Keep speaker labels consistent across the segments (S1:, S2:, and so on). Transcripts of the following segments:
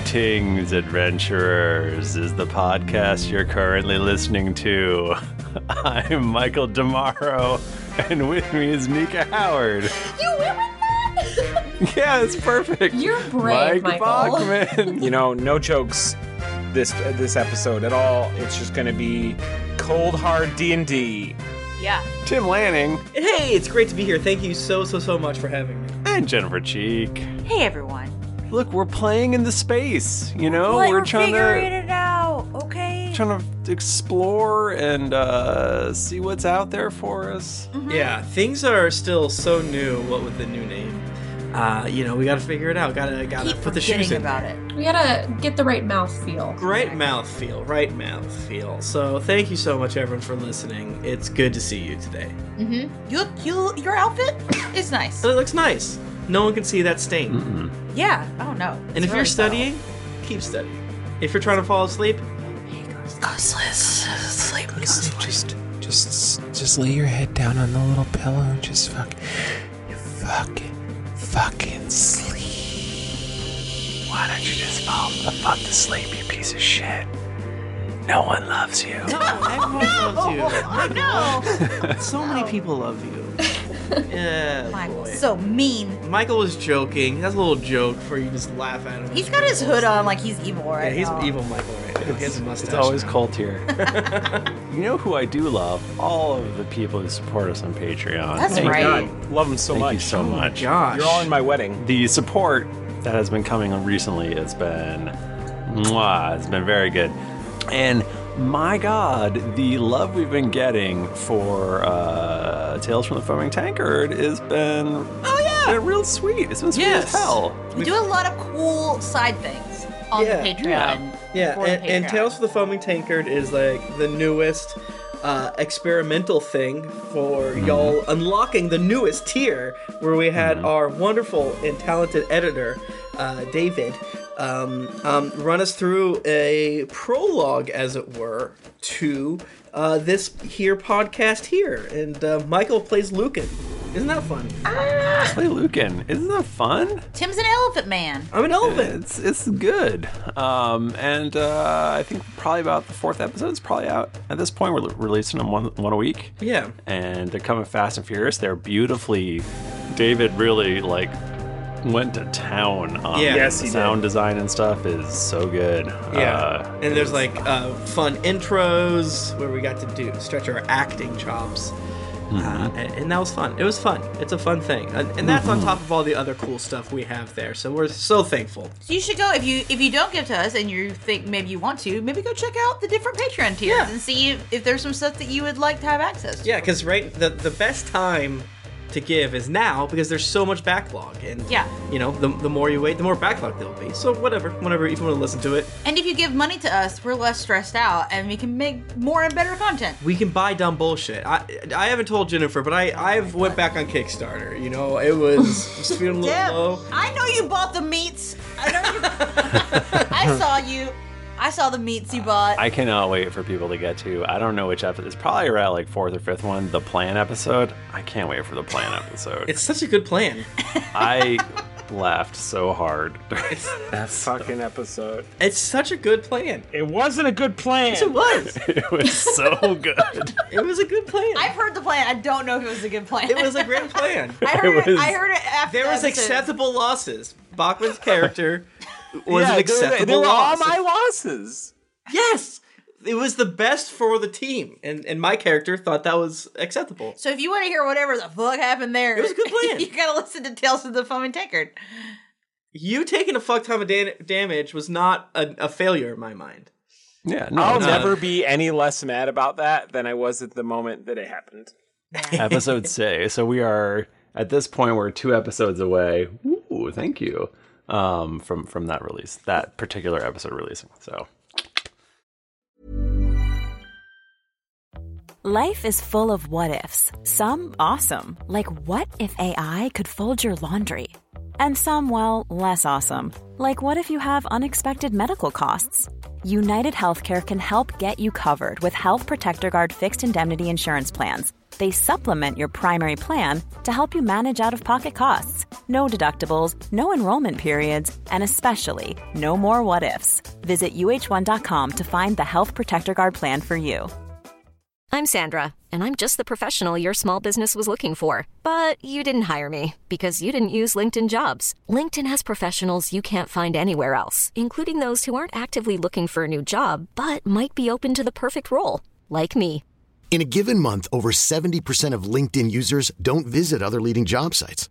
S1: Greetings, adventurers. Is the podcast you're currently listening to? I'm Michael Damaro, and with me is Nika Howard.
S2: You went with that?
S1: Yeah, it's perfect.
S2: You're brave,
S1: Mike
S2: Michael.
S1: Bachman.
S3: You know, no jokes this this episode at all. It's just going to be cold hard D&D.
S2: yeah.
S1: Tim Lanning
S4: Hey, it's great to be here. Thank you so, so, so much for having me.
S1: and Jennifer Cheek.
S2: Hey everyone.
S1: Look, we're playing in the space. You
S4: Oh,
S1: know,
S2: Like,
S1: we're
S2: we're
S1: trying
S2: figuring
S1: to
S2: it out. Okay.
S1: trying to explore and uh, see what's out there for us.
S2: Mm.
S4: Yeah, things are still so new, what with the new name. Uh, you know, we gotta figure it out. Gotta gotta
S2: Keep
S4: put the shoes
S2: forgetting
S4: in.
S2: about it.
S5: We gotta get the right mouth feel.
S4: Right mouth feel, right mouth feel. So thank you so much everyone for listening. It's good to see you today.
S6: You, you, your outfit is nice.
S4: So it looks nice. No one can see that stain.
S6: Yeah. Oh no.
S4: And if you're studying, keep studying. If you're trying to fall asleep,
S7: Just, just, just lay your head down on the little pillow and just fuck, you fucking, fucking sleep. Why don't you just fall the fuck to sleep, you piece of shit? No one loves you.
S4: no, everyone
S2: Oh,
S4: loves you. So many people love you. Yeah,
S6: Michael's
S4: boy.
S6: so mean.
S4: Michael was joking. That's a little joke for you to just laugh at him.
S6: He's got his hood on like he's evil
S4: Yeah,
S6: right
S4: he's
S6: now.
S4: evil Michael right now. He has a mustache.
S1: It's always cold here. you know who I do love? All of the people who support us on Patreon.
S6: That's
S1: Thank
S6: right. Oh,
S3: God, love them so
S1: Thank
S3: much.
S1: you so much.
S4: Gosh.
S3: You're all in my wedding.
S1: the support that has been coming on recently has been mwah, it's been very good and my god the love we've been getting for uh, tales from the foaming tankard has been oh yeah been real sweet it's been sweet
S4: Yes.
S1: as hell
S6: Ah! We do a lot of cool side things.
S5: On
S4: Yeah.
S5: the Patreon.
S4: yeah,
S5: For the
S4: and, and
S5: Patreon.
S4: Tales for the Foaming Tankard is like the newest uh, experimental thing for
S1: Mm-hmm.
S4: y'all unlocking the newest tier where we had our wonderful and talented editor, uh, David, um, um, run us through a prologue, as it were, to uh, this here podcast here. And uh, Michael plays Lucan. Isn't that fun?
S1: play lucan isn't that fun
S6: Ah. Tim's an elephant man.
S4: I'm an elephant.
S1: it's it's good um and uh i think probably about the fourth episode is probably out at this point we're l- releasing them one one a week
S4: Yeah.
S1: and they're coming fast and furious. They're beautifully. David really like went to town on
S4: Yeah.
S1: the
S4: Yes,
S3: he
S1: sound design and stuff is so good.
S4: Yeah,
S1: Uh,
S4: and there's like uh, fun intros where we got to do stretch our acting chops, uh, and, and that was fun. It was fun. It's a fun thing, and, and that's on top of all the other cool stuff we have there. So we're so thankful.
S6: So you should go if you if you don't give to us and you think maybe you want to, maybe go check out the different Patreon tiers
S4: Yeah.
S6: and see if, if there's some stuff that you would like to have access to.
S4: Yeah, because right, the the best time to give is now because there's so much backlog, and
S6: Yeah.
S4: you know, the, the more you wait, the more backlog there'll be. So whatever, whenever if you want to listen to it,
S6: And if you give money to us, we're less stressed out and we can make more and better content.
S4: we can buy dumb bullshit. I I haven't told Jennifer, but I I've went back on Kickstarter. You know, it was, I was feeling a little
S6: Deb,
S4: low.
S6: I know you bought the meats. I know you. I saw you. I saw the meats you bought.
S1: I cannot wait for people to get to. I don't know which episode. It's probably around like fourth or fifth one. The plan episode. I can't wait for the plan episode.
S4: It's such a good plan.
S1: I laughed so hard.
S3: That fucking episode.
S4: It's such a good plan.
S3: It wasn't a good plan.
S4: It was.
S1: it was so good.
S4: It was a good plan.
S6: I've heard the plan. I don't know if it was a good plan.
S4: it was a great plan.
S6: I heard
S1: it
S6: it.
S1: was-
S6: I heard it after.
S4: There was
S6: the episode.
S4: acceptable losses. Bachman's character was
S3: Yeah,
S4: an
S3: they-
S4: acceptable
S3: they, were
S4: loss.
S3: all my losses.
S4: yes, it was the best for the team, and and my character thought that was acceptable.
S6: So if you want to hear whatever the fuck happened there, it
S4: was a good plan.
S6: you gotta listen to Tales of the Foaming Tankard.
S4: You taking a fuck ton of dan- damage was not a, a failure in my mind.
S1: Yeah, no,
S3: I'll
S1: no.
S3: never be any less mad about that than I was at the moment that it happened.
S1: episode six. So we are at this point we're two episodes away. Ooh, thank you. Um, from from that release, that particular episode releasing. So
S8: Life is full of what ifs. Some awesome, like what if AI could fold your laundry? And some, well, less awesome, like what if you have unexpected medical costs? United Healthcare can help get you covered with Health Protector Guard fixed indemnity insurance plans. They supplement your primary plan to help you manage out of pocket costs. no deductibles, no enrollment periods, and especially no more what ifs. Visit uh1.com to find the Health Protector Guard plan for you.
S9: I'm Sandra, and I'm just the professional your small business was looking for. But you didn't hire me because you didn't use LinkedIn jobs. LinkedIn has professionals you can't find anywhere else, including those who aren't actively looking for a new job but might be open to the perfect role, like me.
S10: In a given month, over 70% of LinkedIn users don't visit other leading job sites.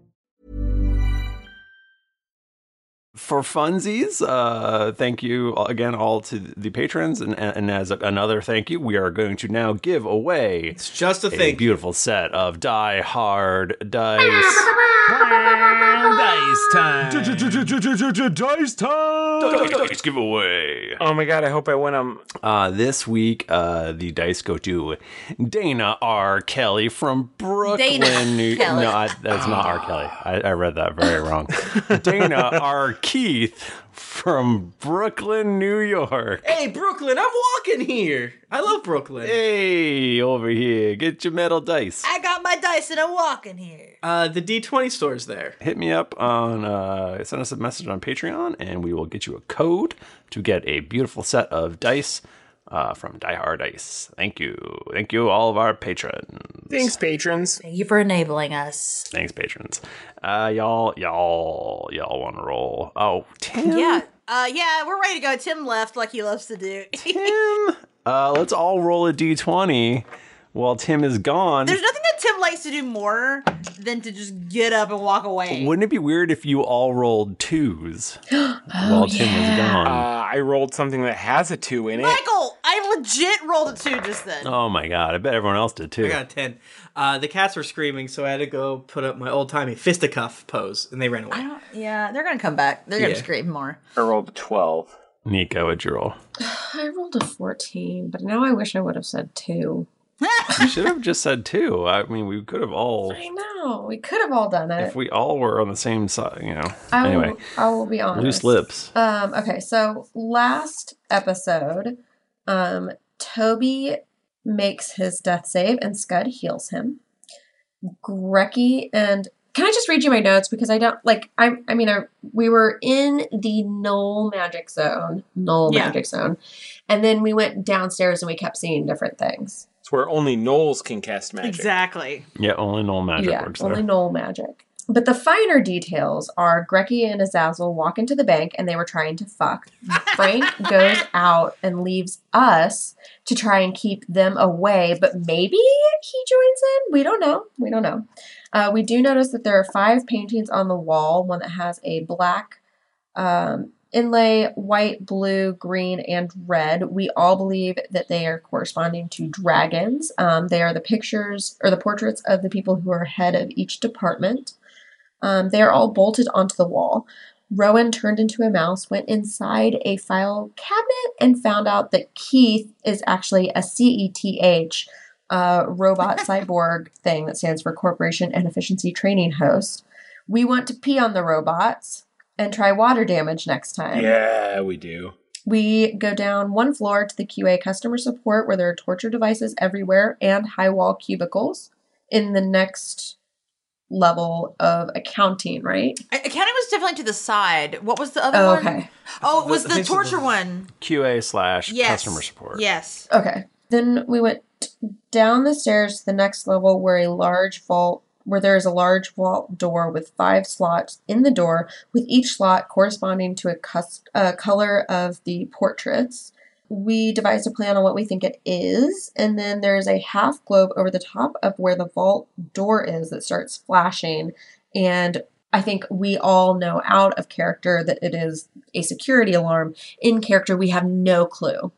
S1: for funsies, uh, thank you again all to the patrons, and, and as another thank you, we are going to now give away. It's
S4: just a
S1: thing. Beautiful set of die hard dice. dice
S3: time. Dice time.
S1: Dice giveaway.
S3: Oh my god! I hope I win them.
S1: Uh, this week, uh, the dice go to Dana R. Kelly from Brooklyn,
S6: Dana
S1: New.
S6: Kelly.
S1: No, I, that's not R. Kelly. I, I read that very wrong. Dana R. Keith from Brooklyn, New York.
S4: Hey, Brooklyn, I'm walking here. I love Brooklyn.
S1: Hey, over here, get your metal dice.
S6: I got my dice and I'm walking here.
S4: Uh, the D20 store's there.
S1: Hit me up on uh, send us a message on Patreon, and we will get you a code to get a beautiful set of dice uh, from Die Hard Dice. Thank you, thank you, all of our patrons.
S3: Thanks, patrons.
S6: Thank you for enabling us.
S1: Thanks, patrons. Uh, y'all, y'all, y'all want to roll? Oh, Tim.
S6: Yeah. Uh, yeah, we're ready to go. Tim left like he loves to do.
S1: Tim. Uh, let's all roll a d20 while Tim is gone.
S6: There's nothing that Tim likes to do more than to just get up and walk away.
S1: Wouldn't it be weird if you all rolled twos while Tim was
S3: Uh,
S1: gone?
S3: I rolled something that has a two in it.
S6: Michael, I legit rolled a two just then.
S1: oh my god! I bet everyone else did too.
S4: I got a 10. Uh, the cats were screaming, so I had to go put up my old timey fisticuff pose, and they ran away.
S6: Yeah, they're gonna come back. They're gonna
S4: Yeah.
S6: scream more.
S3: I rolled a twelve.
S1: Nico, what'd you roll?
S5: I rolled a 14, but now I wish I would have said two.
S1: You should have just said two. I mean, we could have all,
S5: I know. We could have all done it.
S1: if we all were on the same side, you know.
S5: I will,
S1: anyway,
S5: I will be honest.
S1: loose lips.
S5: Um, okay, so last episode, um, Toby makes his death save and Scud heals him. Grecky and can I just read you my notes because I don't like I I mean I, we were in the null magic zone, null
S4: Yeah.
S5: magic zone, and then we went downstairs and we kept seeing different things.
S3: It's where only gnolls can cast magic.
S6: Exactly.
S1: Yeah, only null magic
S5: yeah,
S1: works
S5: only
S1: there.
S5: null magic. But the finer details are Grecky and Azazel walk into the bank and they were trying to fuck. Frank goes out and leaves us to try and keep them away, but maybe he joins in? We don't know. We don't know. Uh, we do notice that there are five paintings on the wall one that has a black um, inlay, white, blue, green, and red. We all believe that they are corresponding to dragons. Um, they are the pictures or the portraits of the people who are head of each department. Um, they are all bolted onto the wall. Rowan turned into a mouse, went inside a file cabinet, and found out that Keith is actually a E CETH uh, robot cyborg thing that stands for Corporation and Efficiency Training Host. We want to pee on the robots and try water damage next time.
S3: Yeah, we do.
S5: We go down one floor to the QA customer support where there are torture devices everywhere and high wall cubicles. In the next level of accounting, right?
S6: Accounting was definitely to the side. What was the other
S5: Oh,
S6: one?
S5: okay.
S6: Oh, it
S5: The-
S6: was
S5: I
S6: the
S5: think so
S6: torture
S5: the-
S6: one.
S1: QA slash
S6: Yes.
S1: customer support.
S6: Yes.
S5: Okay. Then we went down the stairs to the next level where a large vault where there is a large vault door with five slots in the door with each slot corresponding to a cus- uh, color of the portraits. We devised a plan on what we think it is, and then there's a half globe over the top of where the vault door is that starts flashing. And I think we all know out of character that it is a security alarm. In character, we have no clue.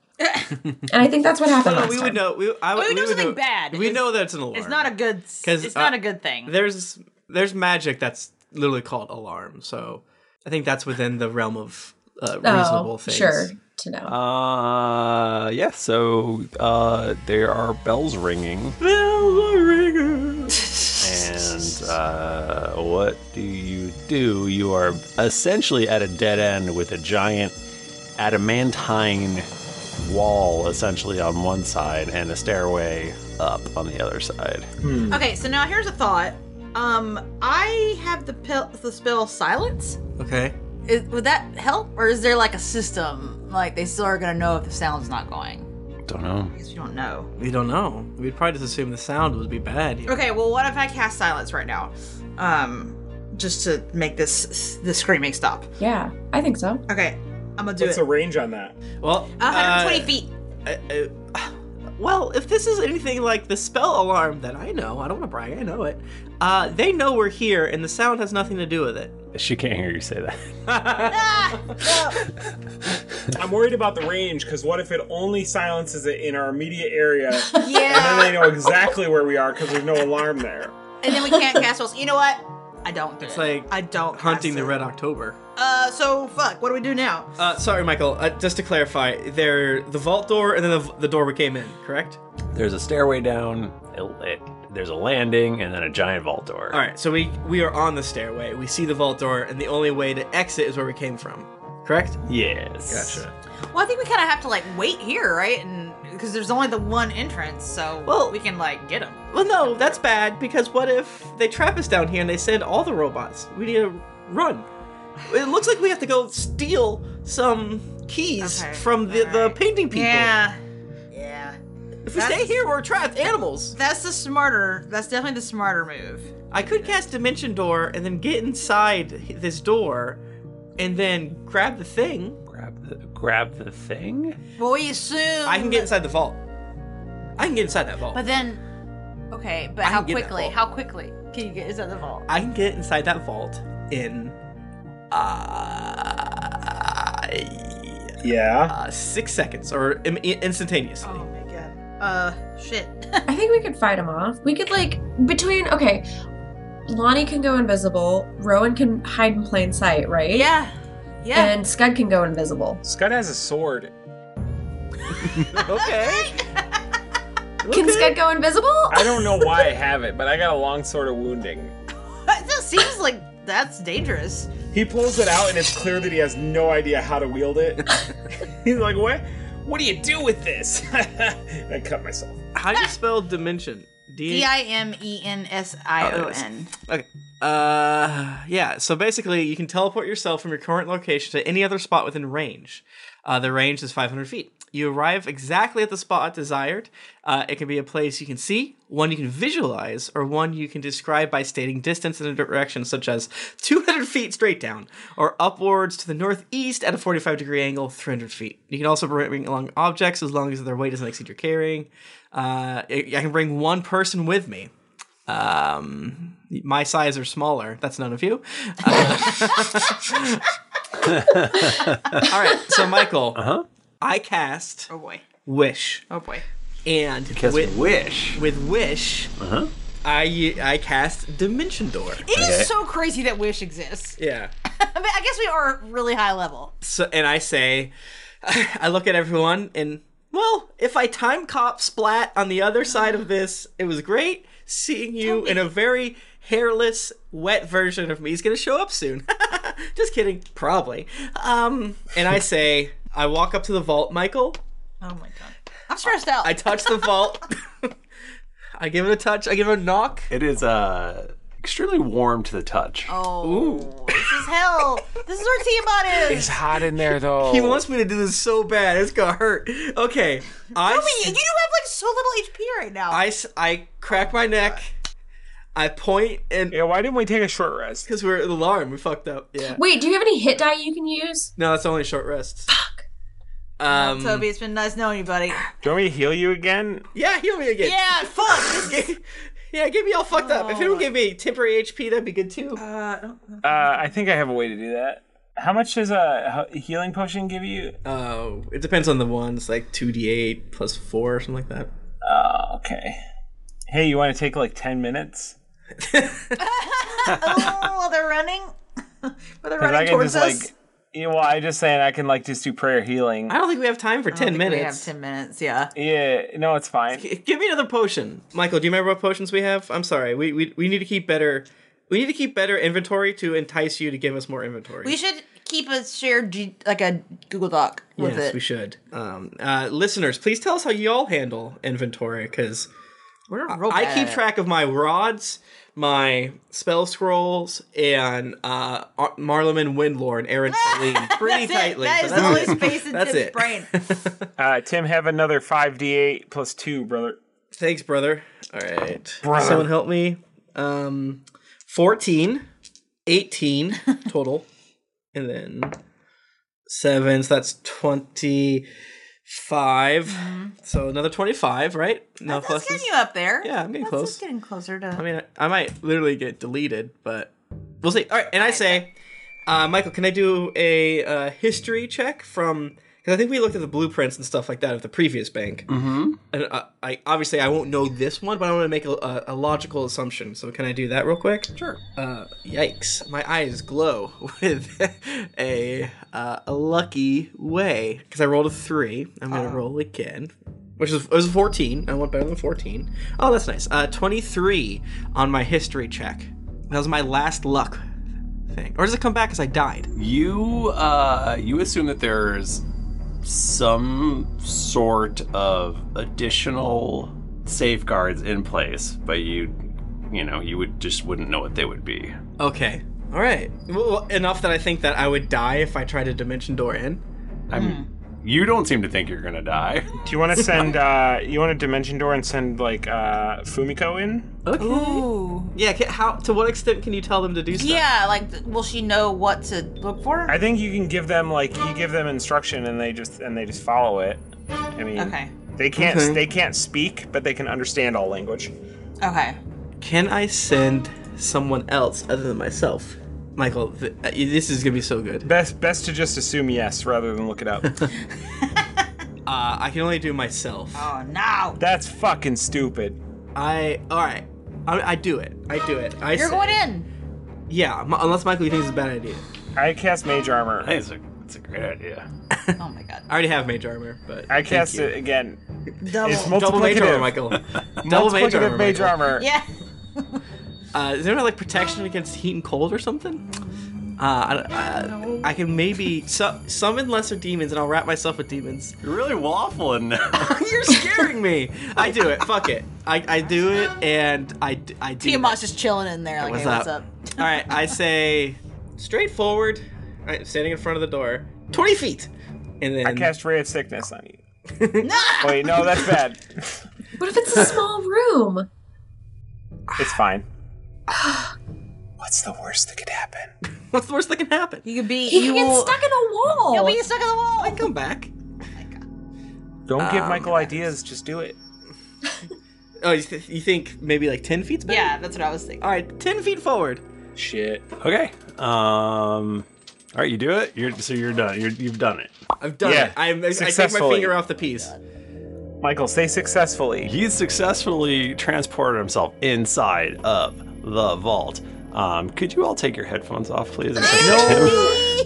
S5: And I think that's what happened
S4: No,
S5: last
S4: we
S5: time.
S4: would know. We, I,
S6: we would know something
S4: know-
S6: bad.
S4: We know that it's an alarm.
S6: It's not a good.
S4: 'Cause,
S6: It's not
S4: uh,
S6: a good thing.
S4: There's there's magic that's literally called alarm. So I think that's within the realm of uh,
S5: Oh,
S4: reasonable things.
S5: to know.
S1: Uh, yeah. So uh, there are bells ringing, and uh, what do you do? You are essentially at a dead end with a giant adamantine wall, essentially on one side, and a stairway up on the other side.
S4: Hmm.
S6: Okay, so now here's a thought. Um, I have the pill, the spell silence.
S4: Okay.
S6: Is, would that help, or is there like a system? Like they still are gonna know if the sound's not going.
S1: Don't know.
S6: Because we don't know.
S4: We don't know. We'd probably just assume the sound would be bad. you know?
S6: Okay, well, what if I cast silence right now, um, just to make this the screaming stop?
S5: Yeah, I think so.
S6: Okay, I'm gonna do
S3: What's
S6: it.
S3: the range on that?
S4: Well,
S6: 120
S4: uh,
S6: feet.
S4: I- I- well, if this is anything like the spell alarm that I know, I don't want to brag. I know it. Uh, they know we're here, and the sound has nothing to do with it.
S1: She can't hear you say that.
S3: I'm worried about the range because what if it only silences it in our immediate area?
S6: Yeah.
S3: And then they know exactly where we are because there's no alarm there.
S6: And then we can't cast spells. You know what? I don't. Do
S4: It's
S6: it.
S4: like
S6: I don't
S4: hunting the red October.
S6: Uh, so fuck. What do we do now?
S4: Uh, sorry, Michael. Uh, just to clarify, there the vault door and then the, the door we came in, correct?
S1: There's a stairway down. It, it, there's a landing, and then a giant vault door.
S4: All right, so we we are on the stairway. We see the vault door, and the only way to exit is where we came from, correct?
S1: Yes.
S4: Gotcha.
S6: Well, I think we kind of have to like wait here, right? And because there's only the one entrance, so well, we can like get them.
S4: Well, no, that's bad because what if they trap us down here and they send all the robots? We need to run. It looks like we have to go steal some keys from the, the painting people.
S6: Yeah. Yeah.
S4: If we stay here, we're trapped animals.
S6: That's the smarter. That's definitely the smarter move.
S4: I could cast Dimension Door and then get inside this door and then grab the thing.
S1: Grab the grab the thing?
S6: Well, we assume.
S4: I can get inside the vault. I can get inside that vault.
S6: But then, okay, but
S4: I
S6: how
S4: can get that
S6: quickly?
S4: vault.
S6: How quickly can you get inside the vault?
S4: I can get inside that vault in uh,
S3: Yeah.
S4: uh, six seconds or Im- i- instantaneously.
S6: Uh, shit.
S5: I think we could fight him off. We could like between okay, Lonnie can go invisible. Rowan can hide in plain sight, right?
S6: Yeah, yeah.
S5: And Scud can go invisible.
S3: Scud has a sword.
S4: okay.
S5: Can Scud go invisible?
S3: I don't know why I have it, but I got a long sword of wounding.
S6: That just seems like that's dangerous.
S3: He pulls it out, and it's clear that he has no idea how to wield it. He's like, "What? What do you do with this?" And I cut myself.
S4: How do you spell dimension?
S6: D i m e n s
S4: Oh,
S6: i o n.
S4: Okay. Uh, yeah. So basically, you can teleport yourself from your current location to any other spot within range. Uh, the range is 500 feet. You arrive exactly at the spot desired. Uh, it can be a place you can see, one you can visualize, or one you can describe by stating distance in a direction such as 200 feet straight down, or upwards to the northeast at a 45 degree angle, 300 feet. You can also bring along objects as long as their weight doesn't exceed your carrying. Uh, I I can bring one person with me. Um, my size or smaller. That's none of you. Uh, all right, so Michael, uh-huh. I cast
S6: Oh boy.
S4: Wish,
S6: Oh boy.
S4: and
S1: cast
S4: with
S1: Wish.
S4: with Wish,
S1: Uh-huh.
S4: I I cast Dimension Door.
S6: It is so crazy that wish exists.
S4: yeah.
S6: I mean, I guess we are really high level.
S4: So and I say, I look at everyone and well, if I time cop splat on the other side of this, it was great seeing you in a very hairless, wet version of me. He's gonna show up soon. Just kidding, probably. Um, and I say, I walk up to the vault, Michael.
S6: Oh my god. I'm stressed out.
S4: I touch the vault. I give it a touch. I give it a knock.
S1: It is uh extremely warm to the touch.
S6: Oh, this is hell. This is where Tiamat is.
S1: hot in there though.
S4: He wants me to do this so bad. It's gonna hurt. Okay, I
S6: Toby, you do have like so little HP right now.
S4: I, s- I crack my neck. I point and yeah.
S3: Why didn't we take a short rest?
S4: Because we're at the alarm. We fucked up. Yeah.
S5: Wait, do you have any hit die you can use?
S4: No, it's only short rests. Fuck. Um.
S6: Toby, it's been nice knowing you, buddy.
S3: Do you want me to heal you again?
S4: Yeah, heal me again.
S6: Yeah, fuck.
S4: yeah, get me all fucked up. If it'll give me temporary HP, that'd be good too.
S3: Uh, Uh, I think I have a way to do that. How much does a he- healing potion give you?
S4: Oh, it depends on the one. It's like two d eight plus four or something like that.
S3: Oh, okay. Hey, you want to take like ten minutes?
S6: oh, they're running. Were they
S3: 'Cause I
S6: running
S3: can
S6: towards
S3: just
S6: us?
S3: like. Yeah, well, I just saying I can like just do prayer healing.
S4: I don't think we have time for
S6: I don't
S4: ten
S6: think we
S4: minutes.
S6: have ten minutes. Yeah.
S3: Yeah. No, it's fine.
S4: Give me another potion, Michael. Do you remember what potions we have? I'm sorry. We we, we need to keep better. We need to keep better inventory to entice you to give us more inventory.
S6: We should keep a shared G- like a Google Doc with
S4: yes,
S6: it.
S4: we should. Um, uh, listeners, please tell us how y'all handle inventory because
S6: We're
S4: I I keep track of my rods, my spell scrolls, and uh, Ar- Marleman Windlore and Aaron Colleen pretty
S6: That's it.
S4: tightly.
S6: That
S4: but
S6: is
S4: that's
S6: the only
S4: it.
S6: space in
S4: That's
S6: Tim's
S4: it.
S6: brain.
S3: Uh, Tim, have another five d eight plus two, brother.
S4: Thanks, brother. All right.
S3: Brother.
S4: Someone help me. Um, 14, 18 total, and then seven. So that's 25. So another 25, right? No,
S6: Mm-hmm. That's getting you up there.
S4: Yeah, I'm getting
S6: That's
S4: close.
S6: just getting closer to.
S4: I mean, I might literally get deleted, but we'll see. All right, and I say, uh, Michael, can I do a uh, history check from? Because I think we looked at the blueprints and stuff like that of the previous bank. Mm-hmm. And uh, I obviously I won't know this one, but I want to make a, a, a logical assumption. So can I do that real quick?
S1: Sure.
S4: Uh, yikes! My eyes glow with a uh, a lucky way because I rolled a three. I'm gonna roll again, which is it was a fourteen. I went better than fourteen. Oh, that's nice. Uh, twenty three on my history check. That was my last luck thing. Or does it come back as I died?
S1: You uh, you assume that there's some sort of additional safeguards in place, but you you know you would just wouldn't know what they would be.
S4: Okay. All right. Well, well, enough that I think that I would die if I tried to dimension door in.
S1: I'm.
S6: Hmm.
S1: You don't seem to think you're gonna die. Do
S3: you want to send? uh You want to dimension door and send like uh Fumiko in?
S4: Okay. Yeah. ca- How? To what extent can you tell them to do stuff?
S6: Yeah, like th- will she know what to look for?
S3: I think you can give them like you give them instruction and they just and they just follow it. I mean,
S6: Okay.
S3: They can't
S4: Okay.
S3: they can't speak, but they can understand all language.
S6: Okay.
S4: Can I send someone else other than myself? Michael, th- uh, this is gonna be so good.
S3: Best best to just assume yes rather than look it up. uh,
S4: uh, I can only do myself.
S6: Oh no!
S3: That's fucking stupid.
S4: I all right. I, I do it. I do it. I
S6: You're
S4: say-
S6: going in.
S4: Yeah, m- unless Michael, you think it's a bad idea.
S3: I cast mage armor.
S1: That's a, that's a great idea.
S4: I already have mage armor, but
S3: I
S4: thank
S3: cast
S4: you.
S3: it again.
S6: Double.
S3: It's
S4: Double mage armor,
S3: multiplicative.
S4: Michael. Double mage
S3: Multiplicative
S4: armor.
S3: mage
S4: Michael.
S3: armor.
S6: Yeah.
S4: Uh, is there like protection against heat and cold or something? Uh, I, I, I can maybe su- summon lesser demons, and I'll wrap myself with demons.
S1: You're really waffling now.
S4: You're scaring me. I do it. Fuck it. I, I do it, and I d- I do.
S6: Tiamat's just chilling in there. Like,
S4: What's
S6: hey, what's
S4: up?
S6: up?
S4: All right, I say straightforward. All right, standing in front of the door, twenty feet, and then
S3: I cast ray of sickness on you. Wait, no, that's bad.
S5: What if it's a small room?
S3: It's fine.
S7: What's the worst that could happen?
S4: What's the worst that can happen?
S6: You could be.
S5: He
S6: you
S5: can get
S6: will-
S5: stuck in a wall.
S6: You'll be stuck in the wall.
S4: I come back.
S6: Oh
S3: Don't give
S4: Um,
S3: Michael ideas. Just do it.
S4: Oh, you, th- you think maybe like ten feet's better?
S6: Yeah, that's what I was thinking.
S4: All right, ten feet forward.
S3: Shit.
S1: Okay. Um. All right, you do it. You're so you're done. You're, you've done it.
S4: I've done
S3: Yeah,
S4: it. I'm, I, I take my
S3: successfully.
S4: finger off the piece.
S3: Michael, say successfully.
S1: He successfully transported himself inside of the vault. Um, could you all take your headphones off, please? Except Tim.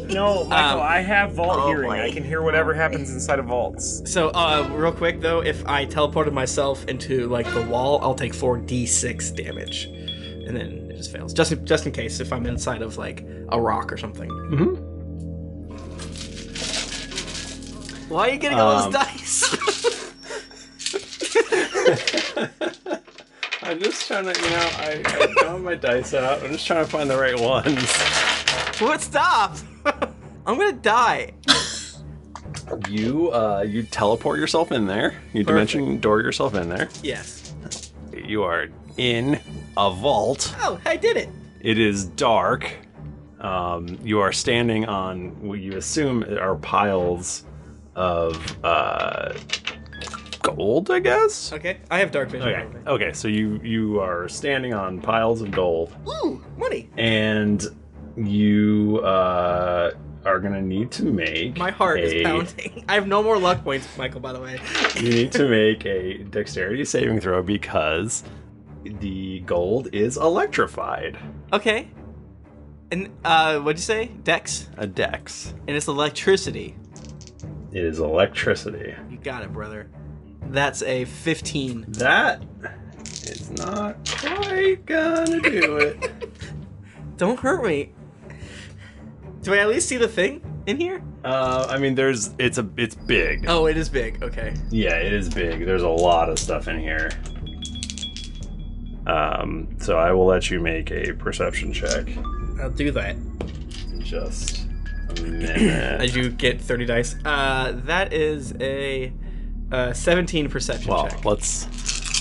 S3: No, Michael,
S4: Um,
S3: I have vault hearing. I can hear whatever happens inside of vaults.
S4: So, uh, real quick though, if I teleported myself into like the wall, I'll take four d6 damage, and then it just fails. Just in, just in case, if I'm inside of like a rock or something.
S1: Mm-hmm.
S4: Why are you getting all those
S1: Um,
S4: dice?
S1: I'm just trying to, you know, I, I found my dice out. I'm just trying to find the right ones.
S4: What? Stop! I'm gonna die.
S1: You, uh, you teleport yourself in there. You dimension door yourself in there.
S4: Yes.
S1: You are in a vault.
S4: Oh, I did it.
S1: It is dark. Um, you are standing on what you assume are piles of uh, gold, I guess.
S4: Okay, I have dark vision.
S1: Okay. Okay. So you you are standing on piles of gold,
S4: Ooh, money.
S1: and you uh, are gonna need to make
S4: My heart
S1: a-
S4: is pounding. I have no more luck points, Michael. By the way.
S1: you need to make a dexterity saving throw because the gold is electrified.
S4: Okay. And uh, what'd you say? Dex.
S1: A dex.
S4: And it's electricity.
S1: It is electricity.
S4: You got it, brother. That's a 15.
S1: That is not quite gonna do it.
S4: Don't hurt me. Do I at least see the thing in here?
S1: Uh, I mean, there's it's a it's big.
S4: Oh, it is big. Okay.
S1: Yeah, it is big. There's a lot of stuff in here. Um, so I will let you make a perception check
S4: I'll do that.
S1: in just a minute.
S4: As you get 30 dice. Uh, that is a uh, 17 perception
S1: well,
S4: check.
S1: let's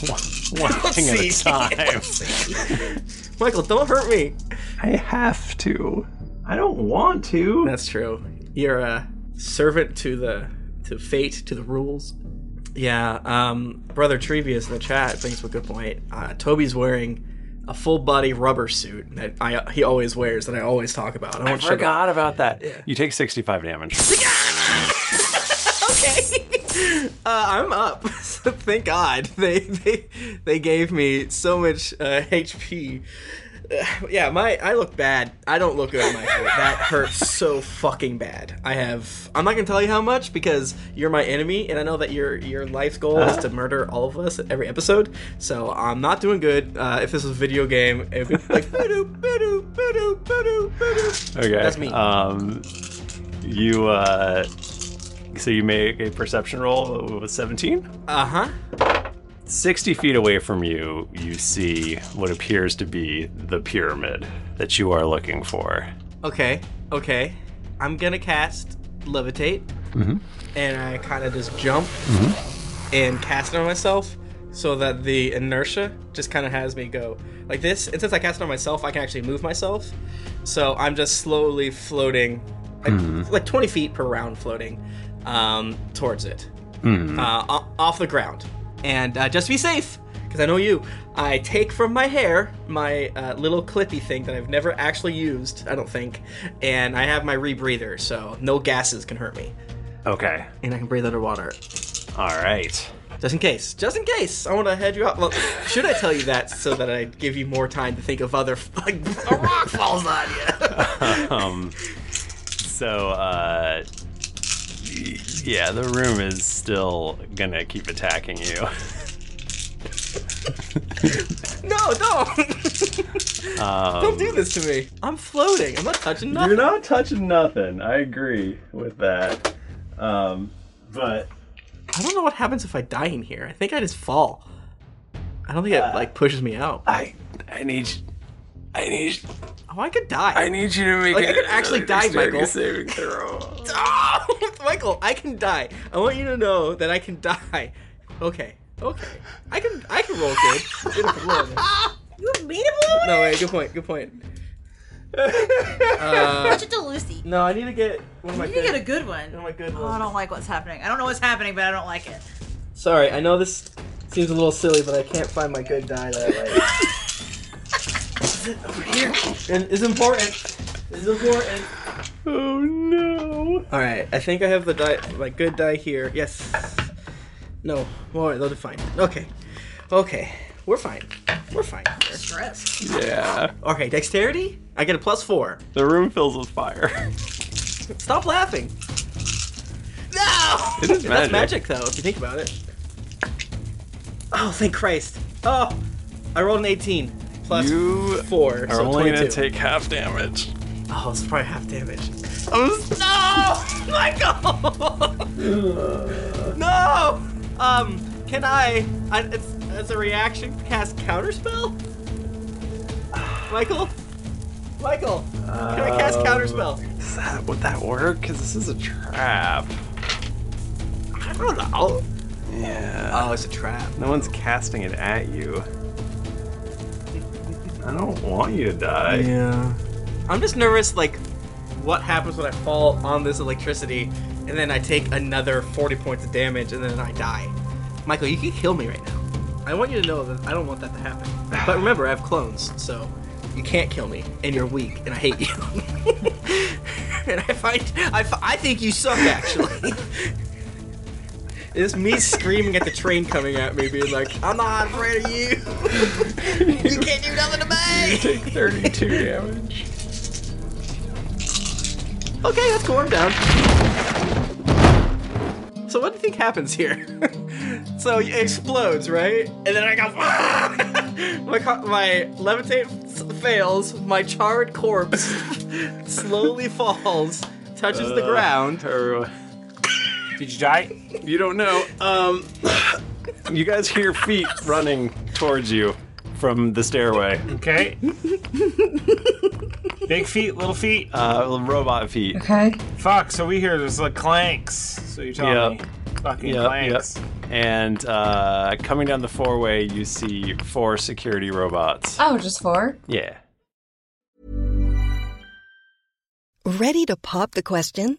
S1: one, one thing at a time.
S4: Michael, don't hurt me.
S1: I have to. I don't want to.
S4: That's true. You're a servant to the to fate, to the rules. Yeah, um, brother Trevius in the chat brings up a good point. Uh, Toby's wearing a full body rubber suit that I he always wears that I always talk about. I,
S1: I
S4: won't shut up.
S1: forgot about that. You take 65 damage.
S4: okay. Uh, I'm up. So thank God they they they gave me so much uh, HP. Uh, yeah, my I look bad. I don't look good, Michael. that hurts so fucking bad. I have. I'm not gonna tell you how much because you're my enemy, and I know that your your life's goal is to murder all of us every episode. So I'm not doing good. Uh, if this was a video game, it would be like boodoo, boodoo, boodoo, boodoo, boodoo.
S1: Okay.
S4: that's me.
S1: Um, you, uh, so you make a perception roll with 17?
S4: Uh huh.
S1: 60 feet away from you, you see what appears to be the pyramid that you are looking for.
S4: Okay, okay. I'm gonna cast levitate,
S1: Mhm.
S4: and I kind of just jump and cast it on myself, so that the inertia just kind of has me go like this. And since I cast it on myself, I can actually move myself. So I'm just slowly floating, like,
S1: Mhm.
S4: like 20 feet per round, floating um, towards it,
S1: Mhm.
S4: uh, o- off the ground. And uh, just to be safe, because I know you, I take from my hair my uh, little clippy thing that I've never actually used, I don't think, and I have my rebreather, so no gases can hurt me.
S1: Okay.
S4: And I can breathe underwater.
S1: All right.
S4: Just in case, just in case, I want to head you out. Well, should I tell you that so that I give you more time to think of other? f- Like a rock falls on you.
S1: um, so, uh, yeah, the room is still gonna keep attacking you.
S4: No, don't,
S1: Um,
S4: don't do this to me. I'm floating. I'm not touching nothing.
S1: You're not touching nothing. I agree with that. Um, but
S4: I don't know what happens if I die in here. I think I just fall. I don't think it like pushes me out.
S1: Uh, I I need I need
S4: Oh, I could die. I
S1: need you to make
S4: like, I
S1: a-
S4: could actually
S1: another
S4: die,
S1: dexterity
S4: Michael.
S1: saving throw.
S4: Ah, Michael, I can die. I want you to know that I can die. Okay, okay. I can I can roll good. Get a roll.
S6: You want me to blow it?
S4: No, wait, good point, good point. Uh,
S6: Watch it to Lucy.
S4: no, I need to get one of my
S6: You need to
S4: good-
S6: get a good one.
S4: Oh my good
S6: Oh, I don't like what's happening. I don't know what's happening, but I don't like it.
S4: Sorry, I know this seems a little silly, but I can't find my good die that I like. Is it over here? And it's important. It's important.
S1: Oh no.
S4: All right, I think I have the die, my good die here. Yes. No. All right, they'll define. Okay. Okay. We're fine. We're fine.
S6: Stress.
S1: Yeah.
S4: Okay, dexterity. I get a plus four.
S1: The room fills with fire.
S4: Stop laughing. No.
S1: It is magic.
S4: That's magic, though, if you think about it. Oh, thank Christ. Oh, I rolled an 18 plus four,
S1: Are
S4: so
S1: only
S4: 22.
S1: gonna take half damage.
S4: Oh, it's probably half damage. Oh, no, Michael. no. Um, can I? I it's, as a reaction, cast counterspell? Michael? Michael, can I cast
S1: Um,
S4: counterspell?
S1: Is that, would that work? Because this is a trap. I don't know. Yeah.
S4: Oh, it's a trap.
S1: No one's casting it at you. I don't want you to die.
S4: Yeah. I'm just nervous, like, what happens when I fall on this electricity and then I take another 40 points of damage and then I die. Michael, you can kill me right now. I want you to know that I don't want that to happen. But remember, I have clones, so you can't kill me, and you're weak, and I hate you. and I find I, fi- I think you suck actually. It's me screaming at the train coming at me, being like, "I'm not afraid of you. you can't do nothing to me." You
S1: take 32 damage.
S4: Okay, that's cool. I'm down. So what do you think happens here? so it explodes, right? And then I go. my co- my levitate s- fails. My charred corpse slowly falls, touches the
S1: Uh,
S4: ground.
S1: Did you die? You don't know. Um, you guys hear feet running towards you from the stairway.
S11: Okay. Big feet, little feet.
S1: Uh, robot feet.
S12: Okay.
S11: Fuck. So we hear there's like clanks. So you tell
S1: Yep.
S11: me. Fucking
S1: Yep,
S11: clanks.
S1: yep. And uh, coming down the four way, you see four security robots.
S12: Oh, just four?
S1: Yeah.
S13: Ready to pop the question?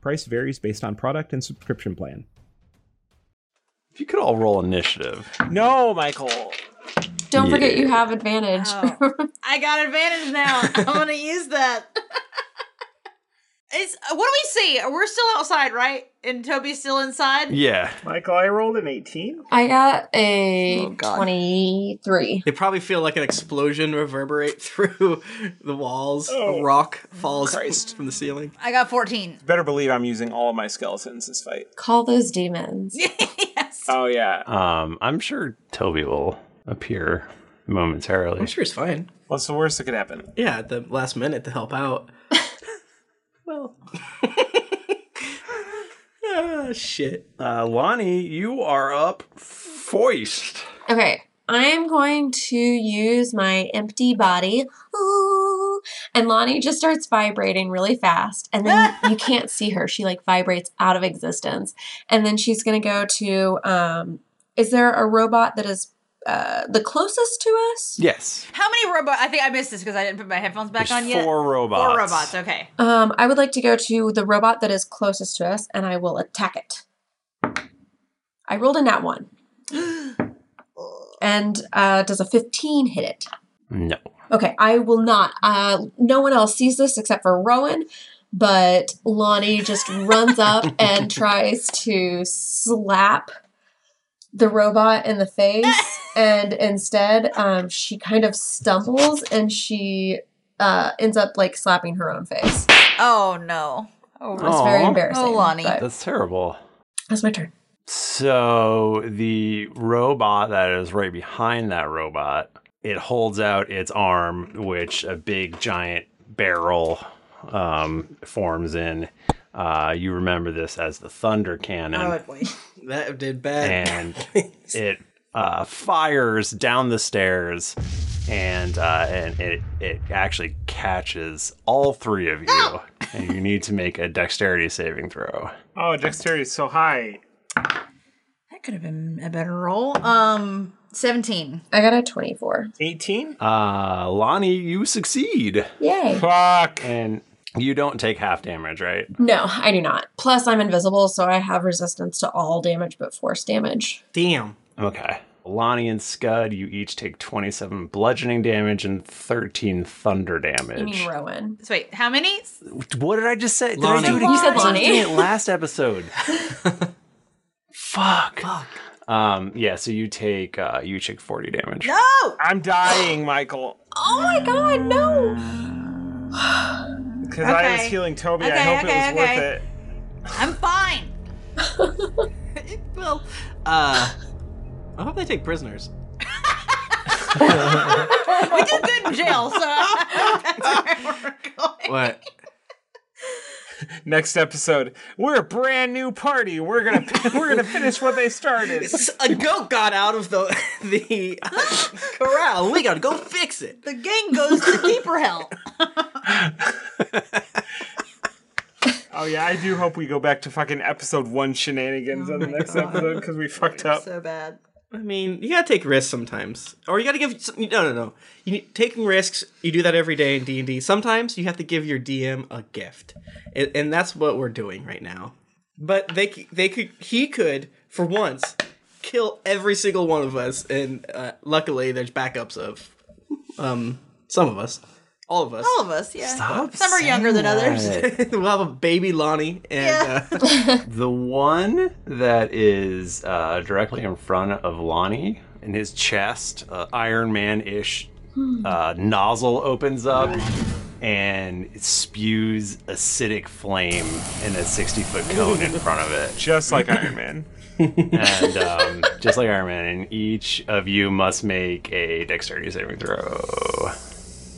S14: Price varies based on product and subscription plan.
S1: If you could all roll initiative.
S14: No, Michael.
S5: Don't
S1: Yeah.
S5: forget you have advantage.
S6: Oh. I got advantage now. I'm gonna use that. it's what do we see? We're still outside, right? And Toby's still inside.
S1: Yeah.
S3: Michael, I rolled an 18.
S5: I got a
S4: Oh, God.
S5: 23.
S4: They probably feel like an explosion reverberate through the walls.
S14: Oh.
S4: a rock falls from the ceiling.
S6: I got 14.
S14: Better believe I'm using all of my skeletons this fight.
S5: Call those demons.
S14: Oh yeah.
S1: Um, I'm sure Toby will appear momentarily.
S4: I'm sure it's fine.
S14: What's the worst that could happen?
S4: Yeah, at the last minute to help out. well. ah, shit.
S1: Uh, Lonnie, you are up foist.
S5: Okay, I am going to use my empty body. Ooh. And Lonnie just starts vibrating really fast. And then you can't see her. She like vibrates out of existence. And then she's going to go to um, is there a robot that is uh, the closest to us?
S1: Yes.
S6: How many robots? I think I missed this because I didn't put my headphones back
S1: There's
S6: on yet.
S1: four robots.
S6: Four robots. Okay.
S5: Um, I would like to go to the robot that is closest to us and I will attack it. I rolled a nat one. And uh, does a 15 hit it?
S1: No.
S5: Okay, I will not. Uh, no one else sees this except for Rowan, but Lonnie just runs up and tries to slap the robot in the face, and instead, um, she kind of stumbles and she uh, ends up like slapping her own face.
S6: Oh no. Oh,
S5: That's very embarrassing.
S6: Oh, Lonnie.
S5: but
S1: That's terrible.
S5: that's my turn.
S1: So the robot that is right behind that robot, it holds out its arm, which a big giant barrel um, forms in. Uh, you remember this as the thunder cannon.
S4: Oh, That did bad.
S1: and it uh, fires down the stairs, and uh, and it it actually catches all three of you, and you need to make a dexterity saving throw.
S14: Oh, dexterity is so high.
S6: That could have been a better roll. Um, 17.
S5: I got a 24.
S14: 18?
S1: Uh, Lonnie, you succeed.
S5: Yay.
S14: Fuck.
S1: And you don't take half damage, right?
S5: No, I do not. Plus, I'm invisible, so I have resistance to all damage but force damage.
S4: Damn.
S1: Okay. Lonnie and Scud, you each take 27 bludgeoning damage and 13 thunder damage.
S5: Rowan?
S6: So wait, how many?
S1: What did I just say? Did
S6: Lonnie.
S1: I do it
S6: You said
S1: again? I was
S6: Lonnie.
S1: doing it last episode. Fuck. Um, yeah, so you take uh, you take 40 damage.
S6: No!
S14: I'm dying, Michael.
S5: Oh my god, no!
S14: Because I was
S6: Okay.
S14: healing Toby. I
S6: Okay,
S14: hope
S6: okay,
S14: it was
S6: okay.
S14: worth it.
S6: I'm fine.
S4: well, Uh, I hope they take prisoners.
S6: we did good in jail, so that's where we're going.
S4: What?
S14: Next episode, we're a brand new party. We're gonna we're gonna finish what they started.
S4: A goat got out of the the corral. We gotta go fix it.
S6: The gang goes to deeper hell.
S14: Oh yeah, I do hope we go back to fucking episode one shenanigans
S4: Oh
S14: on the next episode because we fucked up.
S6: So bad.
S4: I mean, you gotta take risks sometimes, or you gotta give. some- No, no, no. You need- taking risks. You do that every day in D and D. Sometimes you have to give your DM a gift, and, and that's what we're doing right now. But they c- they could he could for once kill every single one of us, and uh, luckily there's backups of um some of us, all of us,
S6: All of us, yeah. Some are younger than others.
S4: we'll have a baby Lonnie and. Uh,
S1: The one that is uh, directly in front of Lonnie in his chest, uh, Iron Man ish
S7: Hmm.
S1: uh, nozzle opens up and it spews acidic flame in a 60 foot cone in front of it.
S14: Just like Iron Man.
S1: and um, just like Iron Man, and each of you must make a dexterity saving throw.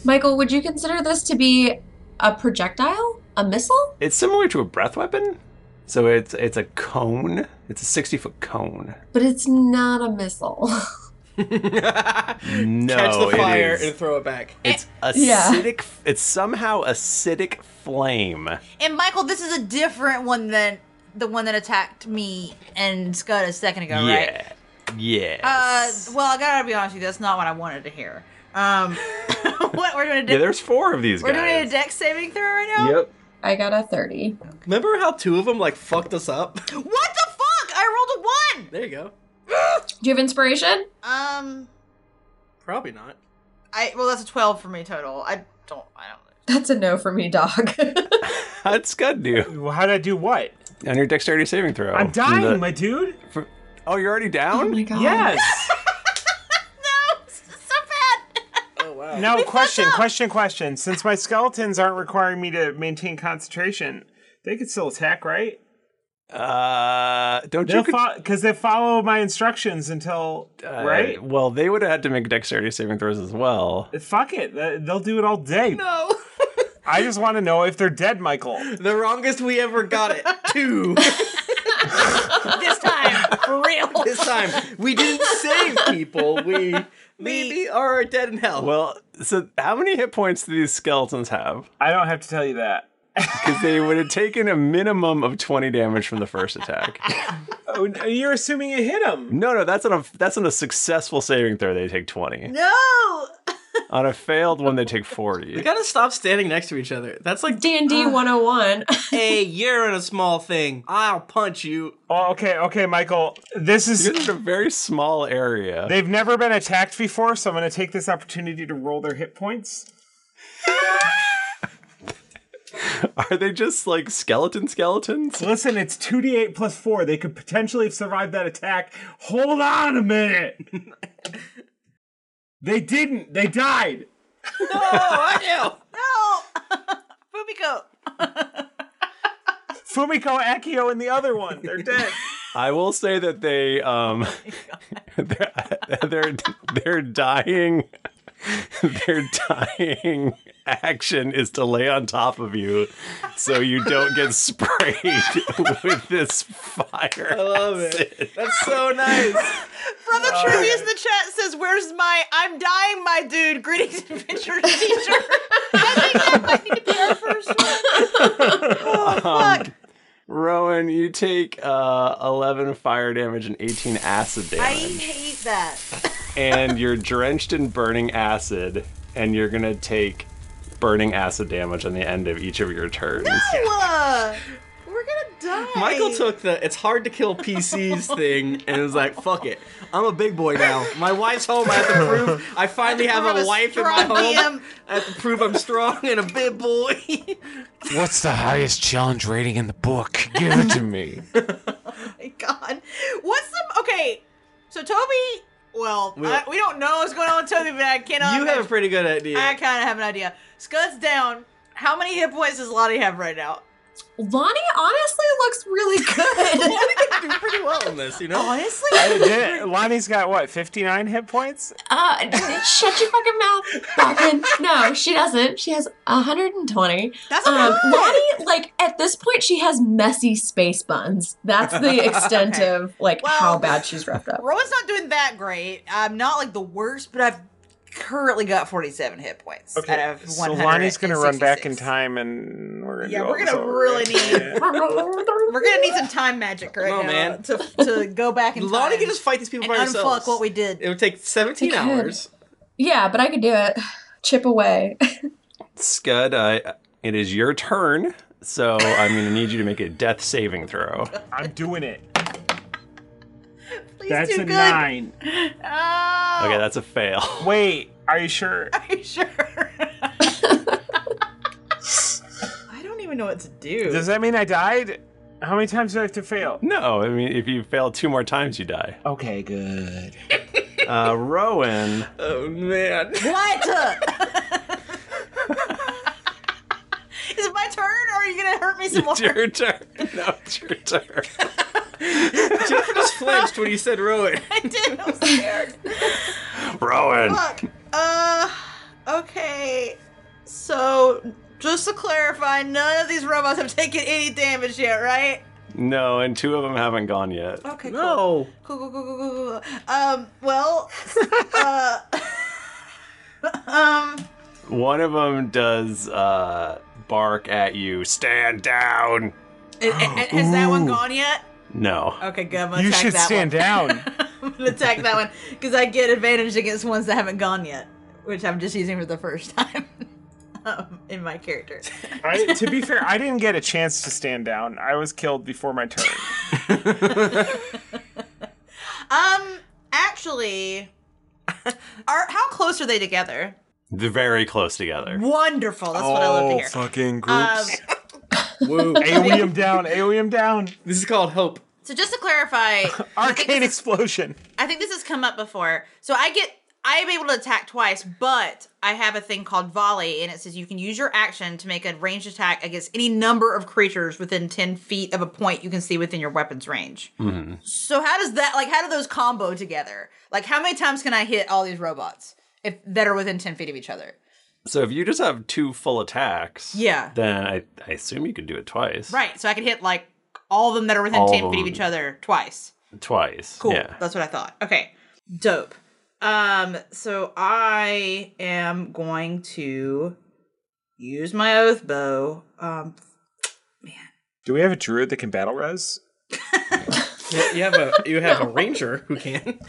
S5: Michael, would you consider this to be a projectile? A missile?
S1: It's similar to a breath weapon, so it's it's a cone. It's a sixty foot cone.
S5: But it's not a missile.
S1: No,
S4: catch the
S1: it
S4: fire
S1: is
S4: and throw it back.
S1: It's
S5: Yeah.
S1: acidic. It's somehow acidic flame.
S6: And Michael, this is a different one than the one that attacked me and Scott a second ago, right?
S1: yeah, yeah.
S6: Uh, well, I gotta be honest with you, that's not what I wanted to hear. Um, what we're doing? A
S1: yeah, there's four of these
S6: we're
S1: guys.
S6: doing a deck saving throw right now.
S1: Yep.
S5: I got a 30.
S4: Remember how two of them like fucked us up?
S6: What the fuck? I rolled a one.
S4: There you go.
S5: Do you have inspiration?
S6: Um,
S4: Probably not.
S6: I well, that's a twelve for me total. I don't. I don't.
S5: That's a no for me, dog.
S1: That's good, dude.
S14: Well, how did I do what?
S1: On your dexterity saving throw.
S14: I'm dying,
S1: The-
S14: my dude.
S1: oh, you're already down?
S5: my god.
S14: Yes.
S4: Oh wow.
S14: Now, question, question, question. Since my skeletons aren't requiring me to maintain concentration, they could still attack, right?
S1: Uh, don't
S14: They'll
S1: you? con-
S14: because they follow my instructions until
S1: uh,
S14: right.
S1: Well, they would have had to make dexterity saving throws as well.
S14: Fuck it, They- they'll do it all day.
S6: No.
S14: I just want to know if they're dead, Michael.
S4: The wrongest we ever got it. Two.
S6: this time, for real.
S4: This time, we didn't save people. We maybe are dead in hell.
S1: Well, so how many hit points do these skeletons have?
S14: I don't have to tell you that.
S1: Because they would have taken a minimum of twenty damage from the first attack.
S14: Oh, n- you're assuming you hit them.
S1: No, no, that's on a that's on a successful saving throw. They take twenty.
S6: No.
S1: On a failed one, they take forty.
S4: We gotta stop standing next to each other. That's like "Ah,
S5: D and D 101.
S4: hey, you're in a small thing. I'll punch you.
S14: Oh, okay, okay, Michael. This is
S1: in a very small area.
S14: They've never been attacked before, so I'm going to take this opportunity to roll their hit points.
S1: Are they just like skeleton skeletons?
S14: Listen, it's 2d8 plus 4. They could potentially have survived that attack. Hold on a minute! they didn't! They died!
S6: No,
S1: Oh,
S6: I do. no. Fumiko.
S14: Fumiko Akio and the other one. They're dead.
S1: I will say that they um they're, they're they're dying their dying action is to lay on top of you so you don't get sprayed with this fire. I love it.
S4: That's so nice.
S6: Brother
S4: Uh,
S6: Trivius in the chat says, "Where's my I'm dying, my dude? Greetings, adventure teacher." Oh,
S1: Um, Rowan, you take uh, 11 fire damage and 18 acid
S6: I
S1: damage.
S6: hate that.
S1: and you're drenched in burning acid, and you're gonna take burning acid damage on the end of each of your turns.
S6: Noah, we're gonna die.
S4: Michael took the it's hard to kill PCs thing and was like, fuck it. I'm a big boy now. My wife's home. I have to prove I finally
S6: I have
S4: have
S6: to prove
S4: a
S6: I'm a
S4: wife in my
S6: strong
S4: home.
S6: DM.
S4: I have to prove I'm strong and a big boy.
S7: What's the highest challenge rating in the book? Give it to me.
S6: my god. What's the okay? So Toby, well,
S4: We-
S6: we, I, we don't know what's going on with Toby, but I cannot.
S4: you have a pretty good idea.
S6: I kind of have an idea. Scud's down. How many hit points does Lottie have right now?
S5: Lonnie honestly looks really good. Lonnie
S4: can do pretty well in this, you know?
S6: Honestly?
S14: I did. Lonnie's got what, 59 hit points?
S5: Uh, shut your fucking mouth, Falcon. No, she doesn't. She has 120.
S6: That's
S5: um,
S6: good.
S5: Lonnie, like, at this point, she has messy space buns. That's the extent
S6: Okay.
S5: of, like, how bad she's roughed up.
S6: Rowan's not doing that great. I'm not like the worst, but I've currently got 47 hit points out of
S14: so
S6: 100.
S14: Lonnie's going to run back in time, and we're going to
S6: yeah,
S14: do
S6: we're gonna really need we're gonna need some time magic right
S4: No,
S6: now
S4: man.
S6: to to go back in
S4: Lonnie
S6: time
S4: can just fight these people
S6: and
S4: by
S6: unfuck
S4: herself.
S6: what we did.
S4: It would take 17
S5: I could.
S4: hours.
S5: Yeah, but I could do it. Chip away.
S1: Scud, I, it is your turn, so I'm gonna need you to make a death saving throw.
S14: I'm doing it.
S6: Please
S14: That's
S6: do
S14: a
S6: good.
S14: nine.
S6: Oh,
S1: Okay, that's a fail.
S14: Wait, are you sure?
S6: are you sure? I don't even know what to do.
S14: Does that mean I died? How many times do I have to fail?
S1: No, I mean, if you fail two more times, you die.
S14: Okay, good.
S1: Uh, Rowan,
S4: Oh man.
S6: What? Is it my turn, or are you gonna hurt me some more?
S1: it's your turn. No, it's your turn.
S4: Jennifer just flinched when you said Rowan.
S6: I did. I was scared.
S1: Rowan.
S6: Look. Uh. Okay. So, just to clarify, none of these robots have taken any damage yet, right?
S1: No, and two of them haven't gone yet.
S6: Okay.
S4: No.
S6: Cool. Cool. Cool. Cool. Cool. cool, cool. Um. Well. uh. um.
S1: One of them does uh, bark at you. Stand down.
S6: i- i- Has that one
S1: Ooh.
S6: gone yet?
S1: No.
S6: Okay, good. I'm gonna attack that one. I'm gonna attack that one because I get advantage against ones that haven't gone yet, which I'm just using for the first time um, in my character.
S14: I, to be fair, I didn't get a chance to stand down. I was killed before my turn.
S6: Um, actually are how close are they together?
S1: They're very close together.
S6: Wonderful. That's what I love to
S1: Oh,
S6: hear. Um,
S1: fucking
S6: groups.
S1: Woo.
S14: AoE him down. AoE him down.
S4: This is called hope.
S6: so just to clarify,
S14: Arcane explosion.
S6: I think this has come up before. So I get I am able to attack twice, but I have a thing called volley, and it says you can use your action to make a ranged attack against any number of creatures within ten feet of a point you can see within your weapon's range.
S1: Mm-hmm.
S6: So how does that like how do those combo together? Like how many times can I hit all these robots if that are within ten feet of each other?
S1: So if you just have two full attacks,
S6: Yeah.
S1: then I, I assume you could do it twice.
S6: Right. So I can hit like all of them that are within
S1: All
S6: ten
S1: of
S6: feet of
S1: them.
S6: each other twice.
S1: Twice.
S6: Cool.
S1: Yeah.
S6: That's what I thought. Okay. Dope. Um, so I am going to use my oath bow. Um
S14: Do we have a druid that can battle res?
S4: You have a you have a ranger who can.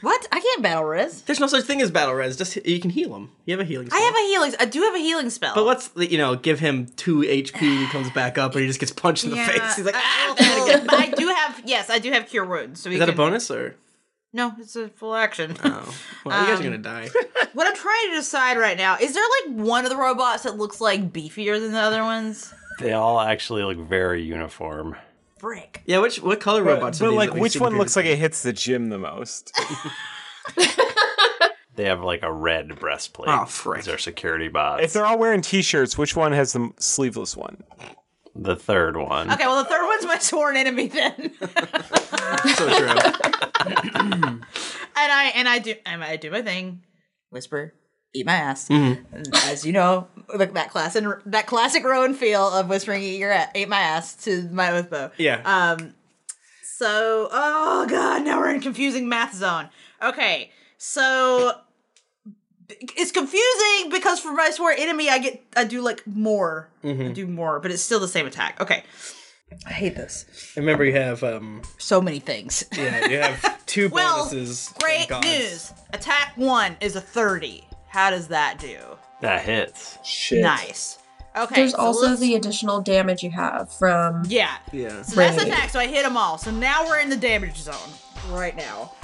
S6: What? I can't battle res.
S4: There's no such thing as battle res. Just you can heal him. You have a healing.
S6: I have a healing I do have a healing spell.
S4: But let's you know give him two HP. when He comes back up, or he just gets punched in the
S6: Yeah,
S4: face. He's like, "Ah!"
S6: I, well, but I do have yes, I do have cure wounds. So we
S4: is that a
S6: can-
S4: bonus or? Oh.
S6: No, it's a full action.
S4: Well, you guys are
S6: Um,
S4: gonna die.
S6: what I'm trying to decide right now is there like one of the robots that looks like beefier than the other ones?
S1: They all actually look very uniform.
S6: Frick.
S4: Yeah, which what color
S1: robots are
S14: But
S1: these
S14: like,
S1: that we've
S14: which
S1: seen
S14: one looks like it hits the gym the most?
S1: They have like a red breastplate.
S14: Oh, frick.
S1: These are security bots.
S14: if they're all wearing t-shirts, which one has the m- sleeveless one?
S1: The third one.
S6: Okay, well the third one's my sworn enemy then.
S4: so true.
S6: and I and I do and I do my thing. Whisper, eat my ass.
S5: Mm-hmm.
S6: And As you know, like that class and that classic Rowan feel of whispering, eat your a- ate my ass to my oath bow.
S4: Yeah.
S6: Um. So, oh god, now we're in confusing math zone. Okay, so it's confusing because for my sworn enemy, I get I do like more,
S4: Mm-hmm.
S6: I do more, but it's still the same attack. Okay. I hate this.
S4: Remember, you have um.
S6: So many things.
S4: Yeah, you have two
S6: Well,
S4: bonuses. from
S6: Great
S4: gods.
S6: news! Attack one is a 30. How does that do?
S1: That hits.
S14: Shit.
S6: Nice. Okay.
S5: There's
S6: so
S5: also
S6: let's-
S5: the additional damage you have from.
S6: Yeah.
S4: Yeah.
S6: So that's attack, so I hit them all. So now we're in the damage zone right now.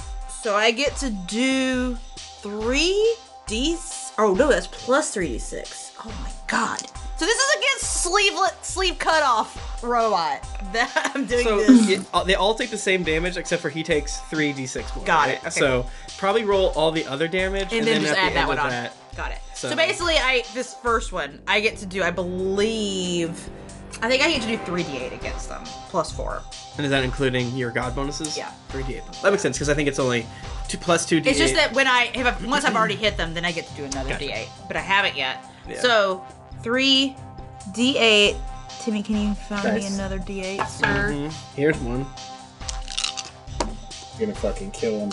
S6: So I get to do 3d. Oh no, that's plus 3d6. Oh my god. So this is against sleevelet, sleeve cutoff robot. That I'm doing
S4: So
S6: this.
S4: it, uh, they all take the same damage except for he takes three d6 more.
S6: Got
S4: right?
S6: it, okay.
S4: So probably roll all the other damage
S6: and, then, just
S4: at the
S6: add that
S4: end
S6: one
S4: of
S6: on.
S4: that-
S6: Got it. So,
S4: So-
S6: basically, I this first one I get to do. I believe, I think I get to do three d eight against them plus four.
S4: And is that including your god bonuses? Yeah. Three d8. That makes sense because I think it's only two plus two d8.
S6: It's just that when I if I, once I've already hit them, then I get to do another
S4: Gotcha.
S6: d eight, but I haven't yet.
S4: Yeah.
S6: So three d eight. Timmy, can you find
S4: Nice.
S6: me another d eight, sir?
S4: Mhm. Here's one.
S14: I'm gonna fucking kill him.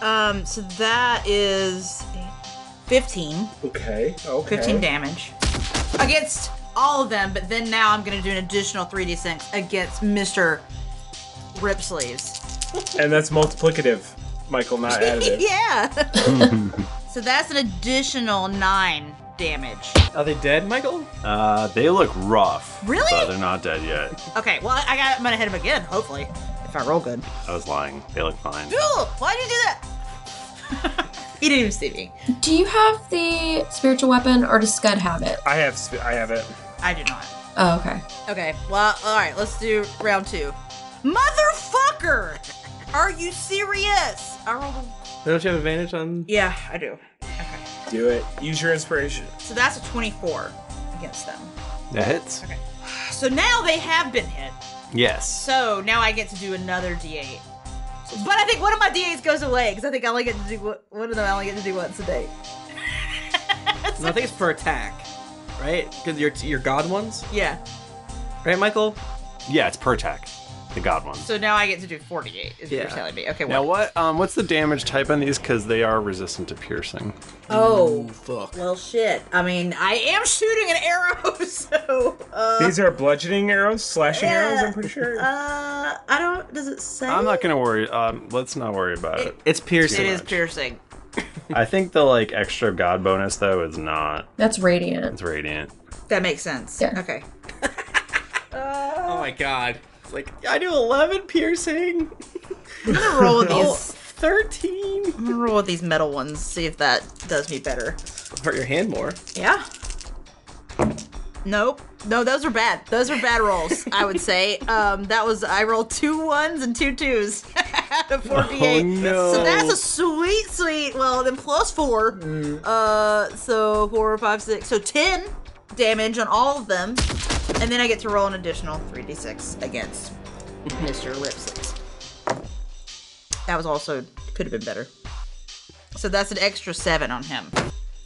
S6: Um, so that is fifteen.
S14: Okay. Okay.
S6: 15 damage. against all of them, but then now I'm gonna do an additional 3d6 against Mr. Rip Sleeves.
S14: And that's multiplicative, Michael, not additive.
S6: yeah. so that's an additional nine damage.
S4: Are they dead, Michael?
S1: Uh, they look rough.
S6: Really?
S1: But they're not dead yet.
S6: Okay, well I got I'm gonna hit him again, hopefully. If I roll good.
S1: I was lying. They look fine.
S6: Dude, why'd you do that? he didn't even see me.
S5: Do you have the spiritual weapon or does Scud have it?
S14: I have. sp- I have it.
S6: I do not.
S5: Oh, okay.
S6: Okay, well, alright, let's do round two. Motherfucker! Are you serious? I rolled a
S4: Don't you have advantage on?
S6: Oh. Yeah, I do.
S14: Do it. Use your inspiration.
S6: So that's a 24 against them.
S1: That hits.
S6: So now they have been hit.
S1: Yes.
S6: So now I get to do another D8. But I think one of my D8s goes away because I think I only get to do one- one of them. I only get to do once a day.
S4: No, I think it's per attack, right? Because your your god ones,
S6: Yeah.
S4: right, Michael?
S1: Yeah, it's per attack. The god one.
S6: So now I get to do 48. Is what you're telling me? Okay.
S1: Now what? Um, what's the damage type on these? Because they are resistant to piercing.
S6: Oh. Well, shit. I mean, I am shooting an arrow, so. Uh,
S14: These are bludgeoning arrows, slashing arrows. I'm pretty
S6: sure. Uh, I don't. Does it say?
S1: I'm not gonna worry. Um, let's not worry about it.
S4: It's
S6: It is piercing.
S1: I think the like extra god bonus though is not.
S5: That's radiant.
S1: It's radiant.
S6: That makes sense. Yeah. Okay. Uh,
S4: Oh my god! It's like I do eleven piercing.
S6: I'm gonna roll with
S4: Oh,
S6: these. 13! I'm gonna roll with these metal ones, see if that does me better.
S4: Hurt your hand more.
S6: Yeah. Nope. No, those are bad. Those are bad rolls, I would say. Um, that was, I rolled two ones and two twos. 48.
S2: Oh, no.
S6: So that's a sweet, sweet, well, then plus four.
S2: Mm.
S6: Uh, so four, five, six. So 10 damage on all of them. And then I get to roll an additional 3d6 against Mr. Lipsticks. That was also, could have been better. So that's an extra seven on him.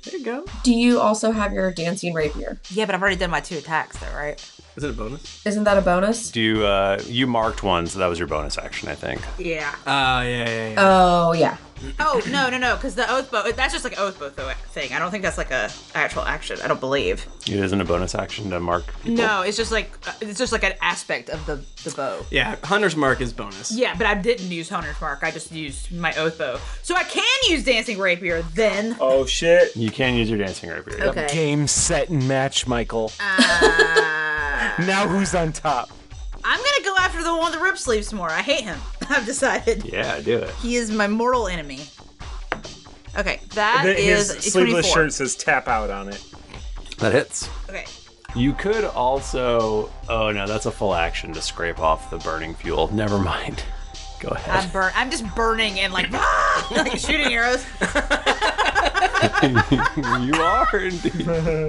S4: There you go.
S5: Do you also have your dancing rapier?
S6: Yeah, but I've already done my two attacks, though, right?
S4: Is it a bonus?
S5: Isn't that a bonus?
S1: Do you, uh, you marked one, so that was your bonus action, I think.
S6: Yeah.
S1: Oh,
S4: Ah,
S1: yeah, yeah,
S5: Oh yeah.
S6: Oh no, no, no, because the oath bow that's just like oath bow tho- thing. I don't think that's like a actual action. I don't believe.
S1: It isn't a bonus action to mark.
S6: No, it's just like uh, it's just like an aspect of the the bow.
S4: Yeah, Hunter's Mark is bonus.
S6: Yeah, but I didn't use Hunter's Mark. I just used my oath bow, so I can use dancing rapier then.
S1: Oh, shit. You can use your dancing rapier.
S6: Okay.
S7: Game, set, and match, Michael. now who's on top?
S6: I'm gonna go after the one with the rip sleeves more. I hate him. I've decided.
S1: Yeah, do it.
S6: He is my mortal enemy. Okay, that
S14: Th-
S6: is
S14: His
S6: a
S14: sleeveless
S6: 24.
S14: shirt says tap out on it.
S1: That hits.
S6: Okay.
S1: You could also. Oh, no, that's a full action to scrape off the burning fuel. Never mind. Go ahead.
S6: I'm burn. I'm just burning and like, ah, like shooting arrows.
S1: you are indeed.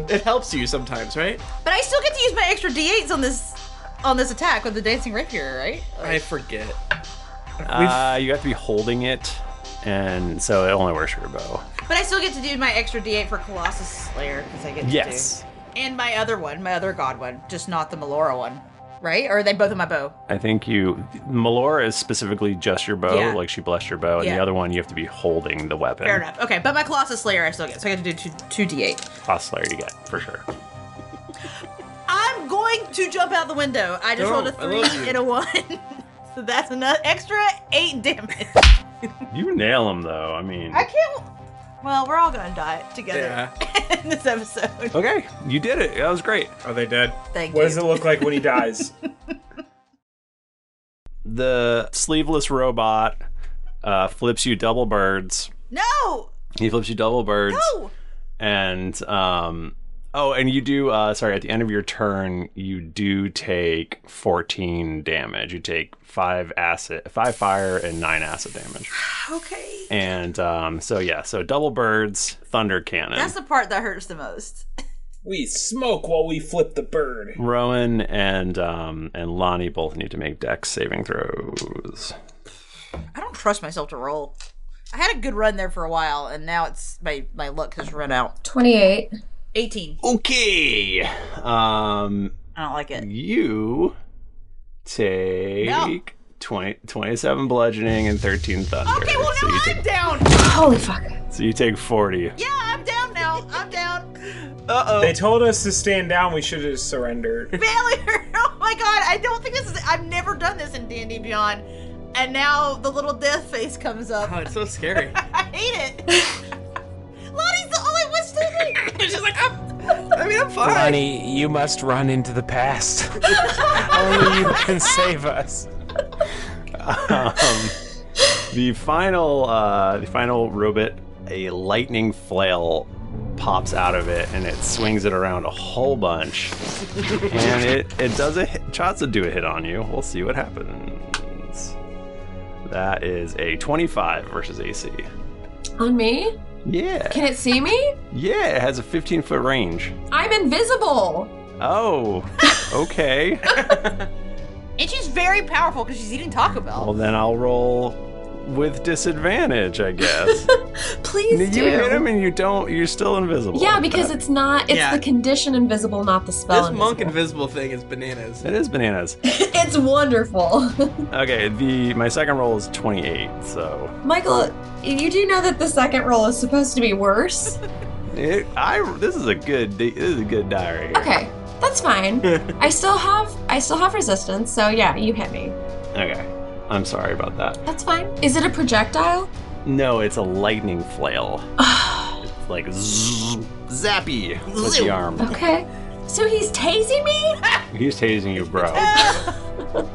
S4: it helps you sometimes, right?
S6: But I still get to use my extra d8s on this on this attack with the dancing rapier, right?
S4: I forget.
S1: Uh, you have to be holding it, and so it only works for your bow.
S6: But I still get to do my extra d8 for Colossus Slayer because I get to
S1: Yes.
S6: do. And my other one, my other god one, just not the Melora one, right? Or are they both in my bow?
S1: I think you. Melora is specifically just your bow,
S6: Yeah.
S1: like she blessed your bow, and
S6: Yeah.
S1: the other one you have to be holding the weapon.
S6: Fair enough. Okay, but my Colossus Slayer I still get, so I get to do two two d8.
S1: Boss Slayer you get, for sure.
S6: I'm going to jump out the window. I just
S1: Don't.
S6: rolled a
S1: Oh, I love you.
S6: three and a one, so that's another extra eight damage.
S1: You nail him, though. I mean,
S6: I can't. Well, we're all gonna die together in this episode.
S1: Okay, you did it. That was great.
S4: Oh,
S1: Are they dead?
S6: Thank
S14: What does it look like when he dies?
S1: The sleeveless robot uh, flips you double birds.
S6: No.
S1: He flips you double birds.
S6: No!
S1: And um oh, and you do uh sorry, at the end of your turn, you do take 14 damage. You take 5 acid 5 fire and 9 acid damage.
S6: Okay.
S1: And um so yeah, so double birds, thunder cannon.
S6: That's the part that hurts the most.
S3: We smoke while we flip the bird.
S1: Rowan and um and Lonnie both need to make dex saving throws.
S6: I don't trust myself to roll. I had a good run there for a while, and now it's my my luck has run out.
S5: 28.
S6: 18.
S1: Okay. Um
S6: I don't like it.
S1: You take
S6: No.
S1: 20, 27 bludgeoning and 13 thunder. Okay, well, so, you take,
S6: Down.
S5: Holy fuck.
S1: so you take 40.
S6: Yeah, I'm down now. I'm down.
S1: Uh oh.
S14: They told us to stand down. We should have surrendered.
S6: Failure. Oh my god. I don't think this is. I've never done this in D and D Beyond, and now the little death face comes up.
S4: Oh, it's so scary.
S6: I hate it. Lottie's the only one standing. She's like, I'm.
S4: I mean, I'm
S7: Lonnie, you must run into the past. Only you can save us.
S1: um, the final uh, the final robot a lightning flail pops out of it and it swings it around a whole bunch and it, it does a hit, tries to do a hit on you we'll see what happens that is a 25 versus ac
S5: On me?
S1: yeah
S5: Can it see me?
S1: yeah it has a 15 foot range
S5: I'm invisible.
S1: oh okay
S6: And she's very powerful because she's eating Taco Bell.
S1: well then i'll roll with disadvantage i guess
S5: Please
S1: you
S5: do.
S1: hit him and you don't you're still invisible
S5: yeah, because it's not. It's
S1: Yeah.
S5: the condition invisible, not the spell.
S4: this monk invisible thing is bananas.
S1: it is bananas
S5: invisible. it's wonderful.
S1: Okay, the my second roll is 28, so
S5: Michael, you do know that the second roll is supposed to be worse.
S1: it, I this is a good this is a good diary.
S5: Okay, that's fine. I still have I still have resistance, so yeah, you hit me.
S1: Okay. I'm sorry about that.
S5: That's fine. Is it a projectile?
S1: No, it's a lightning flail. it's like zzz, zappy with the arm.
S5: Okay. So he's tasing me?
S1: He's tasing you, bro.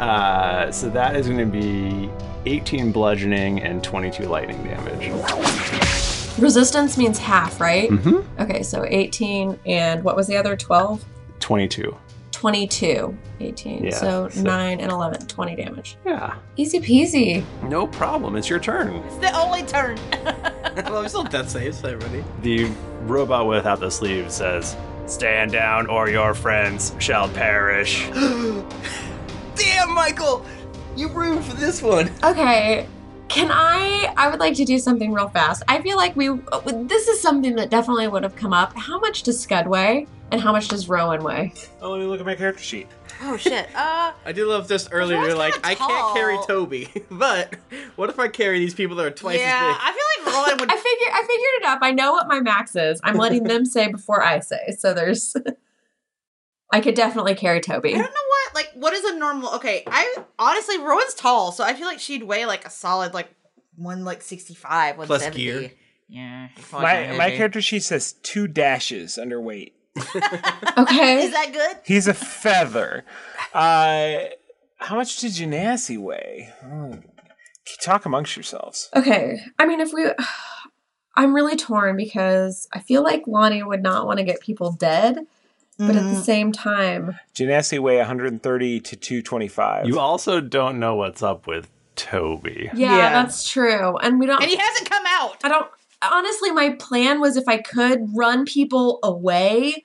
S1: uh, so that is going to be 18 bludgeoning and 22 lightning damage.
S5: Resistance means half, right?
S4: Mm-hmm.
S1: Mhm.
S5: Okay, so 18 and what was the other? 12?
S1: 22.
S5: 22. 18.
S1: Yeah,
S5: so,
S1: so-
S5: 9 and 11. 20 damage.
S1: Yeah.
S5: Easy peasy.
S1: No problem. It's your turn.
S6: It's the only turn.
S4: well, I'm still death saves, everybody.
S1: The robot without the sleeve says, "Stand down, or your friends shall perish."
S4: Damn, Michael! You ruined for this one.
S5: Okay. Can I? I would like to do something real fast. I feel like we. This is something that definitely would have come up. How much does Scud weigh, and how much does Rowan weigh?
S14: Oh, let me look at my character sheet.
S6: Oh shit. Uh,
S4: I do love just earlier. You're like, I can't carry
S6: tall.
S4: Toby, but what if I carry these people that are twice as big?
S6: I feel like Rowan would.
S5: I figure. I figured it up. I know what my max is. I'm letting them say before I say. So there's. I could definitely carry Toby.
S6: What? Like, what is a normal? Okay, I honestly, Rowan's tall, so I feel like she'd weigh like a solid like one like sixty five, one
S14: Plus
S6: seventy.
S14: gear.
S6: Yeah.
S14: My, my character sheet says two dashes underweight.
S5: Okay.
S6: is that good?
S14: He's a feather. Uh, how much did Janassi weigh? Hmm. Talk amongst yourselves.
S5: Okay. I mean, if we. I'm really torn because I feel like Lonnie would not want to get people dead, but at the same time,
S14: Janassi weigh 130 to 225.
S1: You also don't know what's up with Toby.
S5: yeah, that's true. And we don't. And he
S6: hasn't come out.
S5: I don't. Honestly, my plan was if I could run people away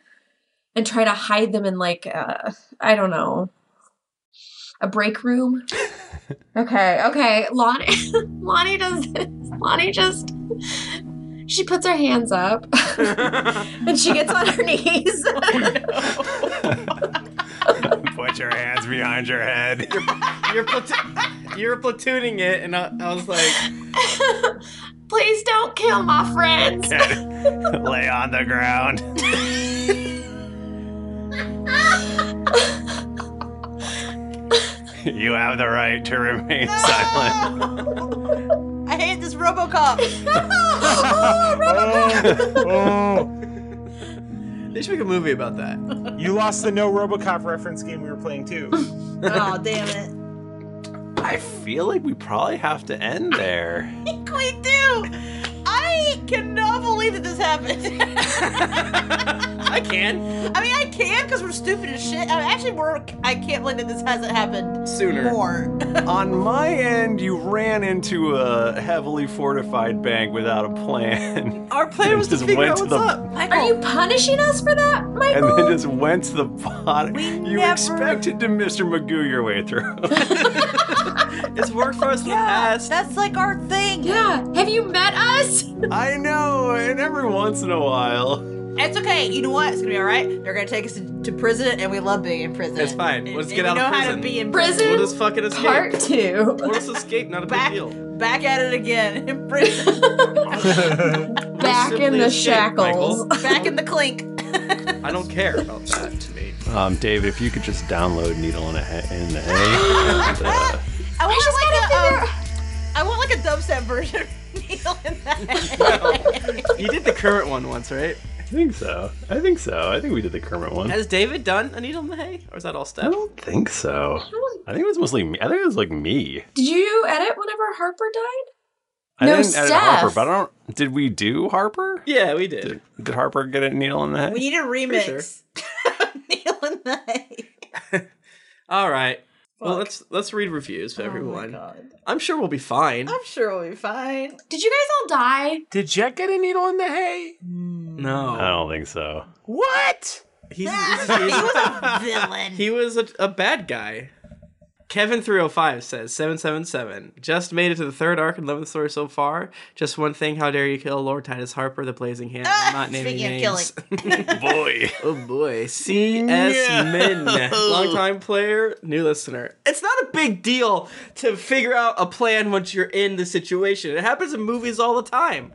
S5: and try to hide them in like uh, I don't know a break room. okay. Okay. Lonnie. Lonnie does this. Lonnie just. She puts her hands up and she gets on her knees.
S1: Put your hands behind your head.
S4: You're, platoon- you're platooning it, and I, I was like,
S5: Please don't kill my friends.
S1: Lay on the ground. you have the right to remain silent.
S6: I hate this RoboCop.
S14: oh,
S4: They should make a movie about that.
S14: You lost the no Robocop reference game we were playing too.
S6: oh damn it!
S1: I feel like we probably have to end there.
S6: we do. I cannot believe that this happened.
S4: I can.
S6: I mean, I can because we're stupid as shit. I mean, actually, we're. I can't believe that this hasn't happened
S1: Sooner.
S6: More.
S1: On my end, you ran into a heavily fortified bank without a plan.
S4: Our plan
S1: was to Just figure went out to what's the- up.
S5: Are you punishing us for that,
S1: And
S5: Michael?
S1: then just went to the bottom. you expected to Mr. Magoo your way through.
S4: it's worked for us in the past.
S6: That's like our thing.
S5: Yeah. Have you met us?
S1: I know, and every once in a while.
S6: It's okay. You know what? It's gonna be all right. They're gonna take us to, to prison, and we love being in prison.
S4: It's fine. Let's
S6: And
S4: get
S6: we
S4: out
S6: know
S4: of
S6: how to
S4: prison.
S6: be in Prison
S4: We'll just fucking escape.
S6: part
S5: two.
S4: We'll just escape. Not a big deal.
S6: Back at it again in prison.
S5: Back in
S4: Simply
S5: the
S4: escape,
S5: shackles.
S4: Michael.
S6: Back in the clink.
S4: I don't care about that to me.
S1: Um, David, if you could just download Needle in a, ha- in the Hay. and, uh,
S6: I want like a, um, I want like a dubstep version. of Neil in that.
S4: You did the current one once, right?
S1: uh, I think so. I think so. I think we did the Kermit one. I
S4: Has David done a needle in the hay, or is that all Steph?
S1: think so. I think it was mostly me. I think it was like me.
S5: Did you edit whenever Harper died?
S1: I
S5: No,
S1: didn't edit Harper,
S5: Steph.
S1: but I don't. Did we do Harper?
S4: Yeah, we did.
S1: Did, did Harper get a needle in the head?
S6: we need a remix.
S4: All right. Well, let's let's read reviews
S6: Oh
S4: for everyone. I'm sure we'll be fine.
S6: I'm sure we'll be fine.
S5: Did you guys all die?
S14: Did Jack get a needle in the hay?
S4: No,
S1: I don't think so.
S14: What?
S4: He's, he's, he's-
S6: villain.
S4: he was a, a bad guy. Kevin three hundred five says seven seven seven. Just made it to the third arc and loving the story so far. Just one thing: how dare you kill Lord Titus Harper, the Blazing Hand? I'm not naming
S6: Speaking of
S4: names.
S1: boy,
S4: oh boy, C.S.
S6: No.
S4: Min, long time player, new listener. It's not a big deal to figure out a plan once you're in the situation. It happens in movies all the time.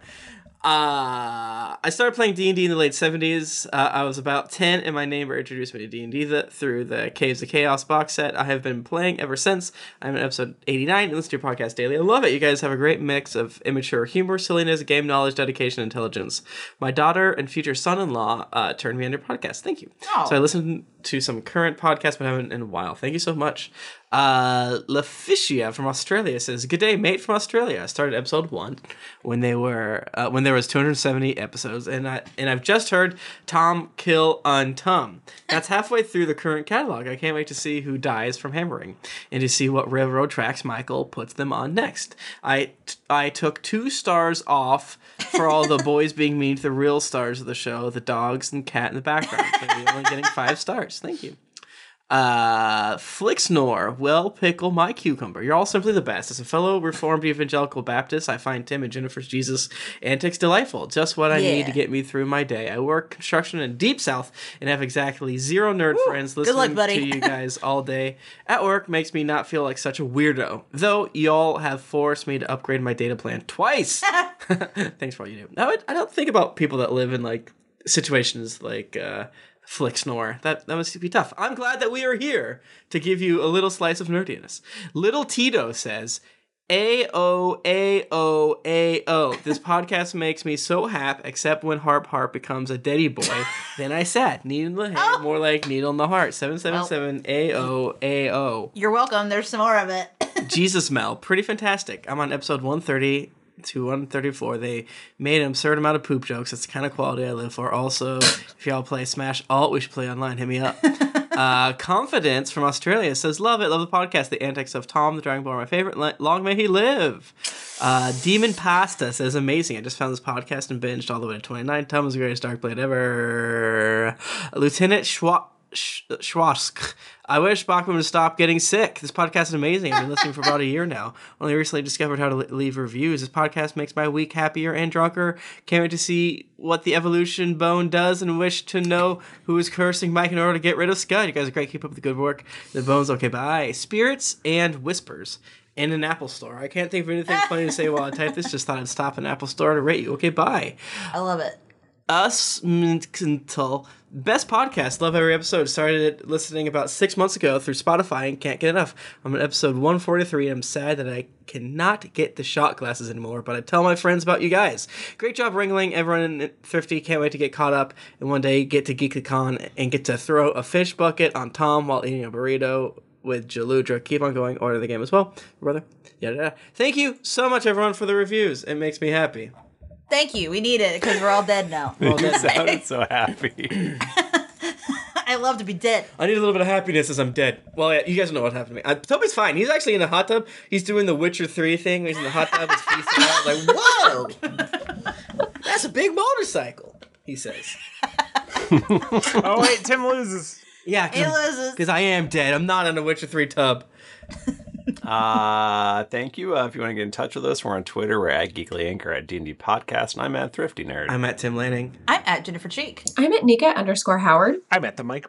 S4: Uh, I started playing D and D in the late seventies. Uh, I was about ten, and my neighbor introduced me to D and D through the Caves of Chaos box set. I have been playing ever since. I'm in episode eighty nine and listen to your podcast daily. I love it. You guys have a great mix of immature humor, silliness, game knowledge, dedication, and intelligence. My daughter and future son-in-law uh, turned me on your podcast. Thank you.
S6: Oh.
S4: So I listened to some current podcasts, but haven't in a while. Thank you so much. Uh, Laficia from Australia says, "Good day, mate from Australia. I started episode one when they were uh, when there was 270 episodes, and I and I've just heard Tom kill Untum. That's halfway through the current catalog. I can't wait to see who dies from hammering, and to see what railroad tracks Michael puts them on next. I I took two stars off for all the boys being mean to the real stars of the show, the dogs and cat in the background. So you're only getting five stars. Thank you." Uh, Flixnor, well, pickle my cucumber. You're all simply the best. As a fellow Reformed Evangelical Baptist, I find Tim and Jennifer's Jesus antics delightful. Just what I need
S6: Yeah.
S4: to get me through my day. I work construction in Deep South and have exactly zero nerd friends.
S6: good
S4: Listening
S6: luck, buddy.
S4: to you guys all day at work makes me not feel like such a weirdo. Though y'all have forced me to upgrade my data plan twice. Thanks for all you do. No, I, I don't think about people that live in like situations like uh, Flixnor. That that must be tough. I'm glad that we are here to give you a little slice of nerdiness. Little Tito says. A O A O A O. This podcast makes me so hap, except when Harp Harp becomes a daddy boy. then I sad. Needle in the head, more like needle in the heart. 777 A O A O.
S6: You're welcome. There's some more of it.
S4: Jesus Mel, pretty fantastic. I'm on episode 130 to 134. They made an absurd amount of poop jokes. That's the kind of quality I live for. Also, if y'all play Smash Alt, we should play online. Hit me up. uh, Confidence from Australia says, Love it. Love the podcast. The antics of Tom the Dragonborn are my favorite. Li- Long may he live. Uh, Demon Pasta says, Amazing. I just found this podcast and binged all the way to 29. Tom is the greatest Dark Blade ever. Lieutenant Schwa- Sh- Schwask. I wish Bachman would stop getting sick. This podcast is amazing. I've been listening for about a year now. Only recently discovered how to le- leave reviews. This podcast makes my week happier and drunker. Can't wait to see what the evolution bone does and wish to know who is cursing Mike in order to get rid of Scud. You guys are great. Keep up the good work. The bones, okay, bye. Spirits and whispers. In an Apple store. I can't think of anything funny to say while I type this. Just thought I'd stop an Apple store to rate you. Okay, bye.
S6: I love it.
S4: Us Mintel. Best podcast. Love every episode. Started listening about six months ago through Spotify and can't get enough. I'm on episode 143 and I'm sad that I cannot get the shot glasses anymore, but I tell my friends about you guys. Great job wrangling everyone in Thrifty. Can't wait to get caught up and one day get to Geek the Con and get to throw a fish bucket on Tom while eating a burrito with Jaludra. Keep on going. Order the game as well, brother. Yada, yada. Thank you so much, everyone, for the reviews. It makes me happy.
S6: Thank you. We need it because we're all dead now.
S4: You sounded
S1: so happy.
S6: I love to be dead.
S4: I need a little bit of happiness as I'm dead. Well, yeah, you guys know what happened to me. I, Toby's fine. He's actually in a hot tub. He's doing the Witcher 3 thing. where He's in the hot tub. His feet out. Like, whoa! That's a big motorcycle, he says.
S14: oh, wait, Tim loses.
S4: Yeah,
S6: He loses.
S4: because I am dead. I'm not in a Witcher 3 tub.
S1: uh, thank you. Uh, if you want to get in touch with us, we're on Twitter. We're at Geekly Anchor, at D&D Podcast, and I'm at Thrifty Nerd.
S4: I'm at Tim Lanning.
S6: I'm at Jennifer Cheek.
S5: I'm at Nika underscore Howard.
S14: I'm at the mic.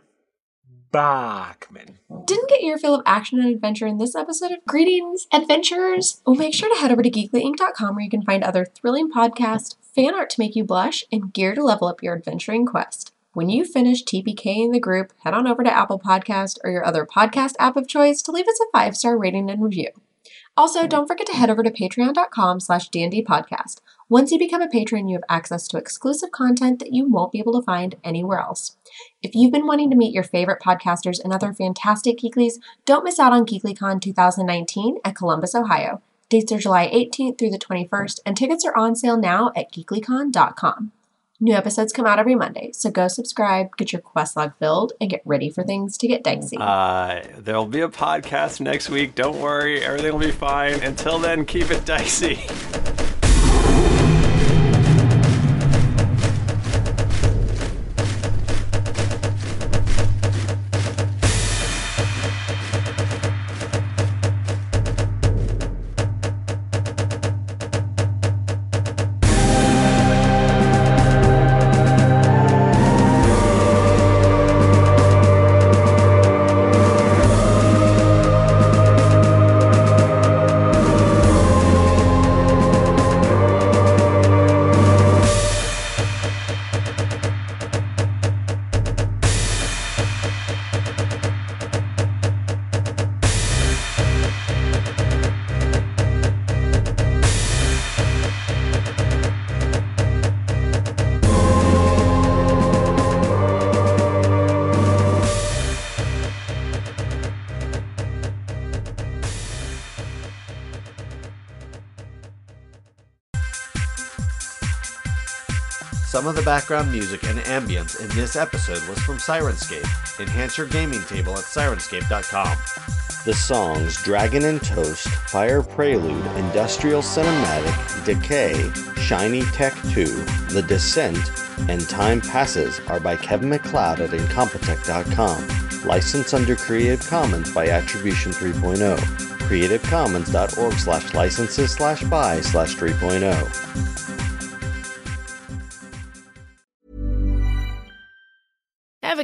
S14: Bachman.
S5: Didn't get your fill of action and adventure in this episode of Greetings, Adventurers? Well, make sure to head over to geeklyinc.com where you can find other thrilling podcasts, fan art to make you blush, and gear to level up your adventuring quest. When you finish TPKing the group, head on over to Apple Podcast or your other podcast app of choice to leave us a five-star rating and review. Also, don't forget to head over to patreon.com slash D&D podcast. Once you become a patron, you have access to exclusive content that you won't be able to find anywhere else. If you've been wanting to meet your favorite podcasters and other fantastic Geeklies, don't miss out on GeeklyCon 2019 at Columbus, Ohio. Dates are July 18th through the 21st, and tickets are on sale now at geeklycon.com. New episodes come out every Monday, so go subscribe, get your quest log filled, and get ready for things to get dicey.
S1: Uh, there'll be a podcast next week. Don't worry. Everything will be fine. Until then, keep it dicey.
S15: Some of the background music and ambience in this episode was from Sirenscape. Enhance your gaming table at sirenscape.com.
S16: The songs Dragon and Toast, Fire Prelude, Industrial Cinematic, Decay, Shiny Tech 2, The Descent, and Time Passes are by Kevin McLeod at Incompetech.com. Licensed under Creative Commons by Attribution oh. 3.0. CreativeCommons.org slash licenses slash buy slash oh. 3.0.
S17: Ever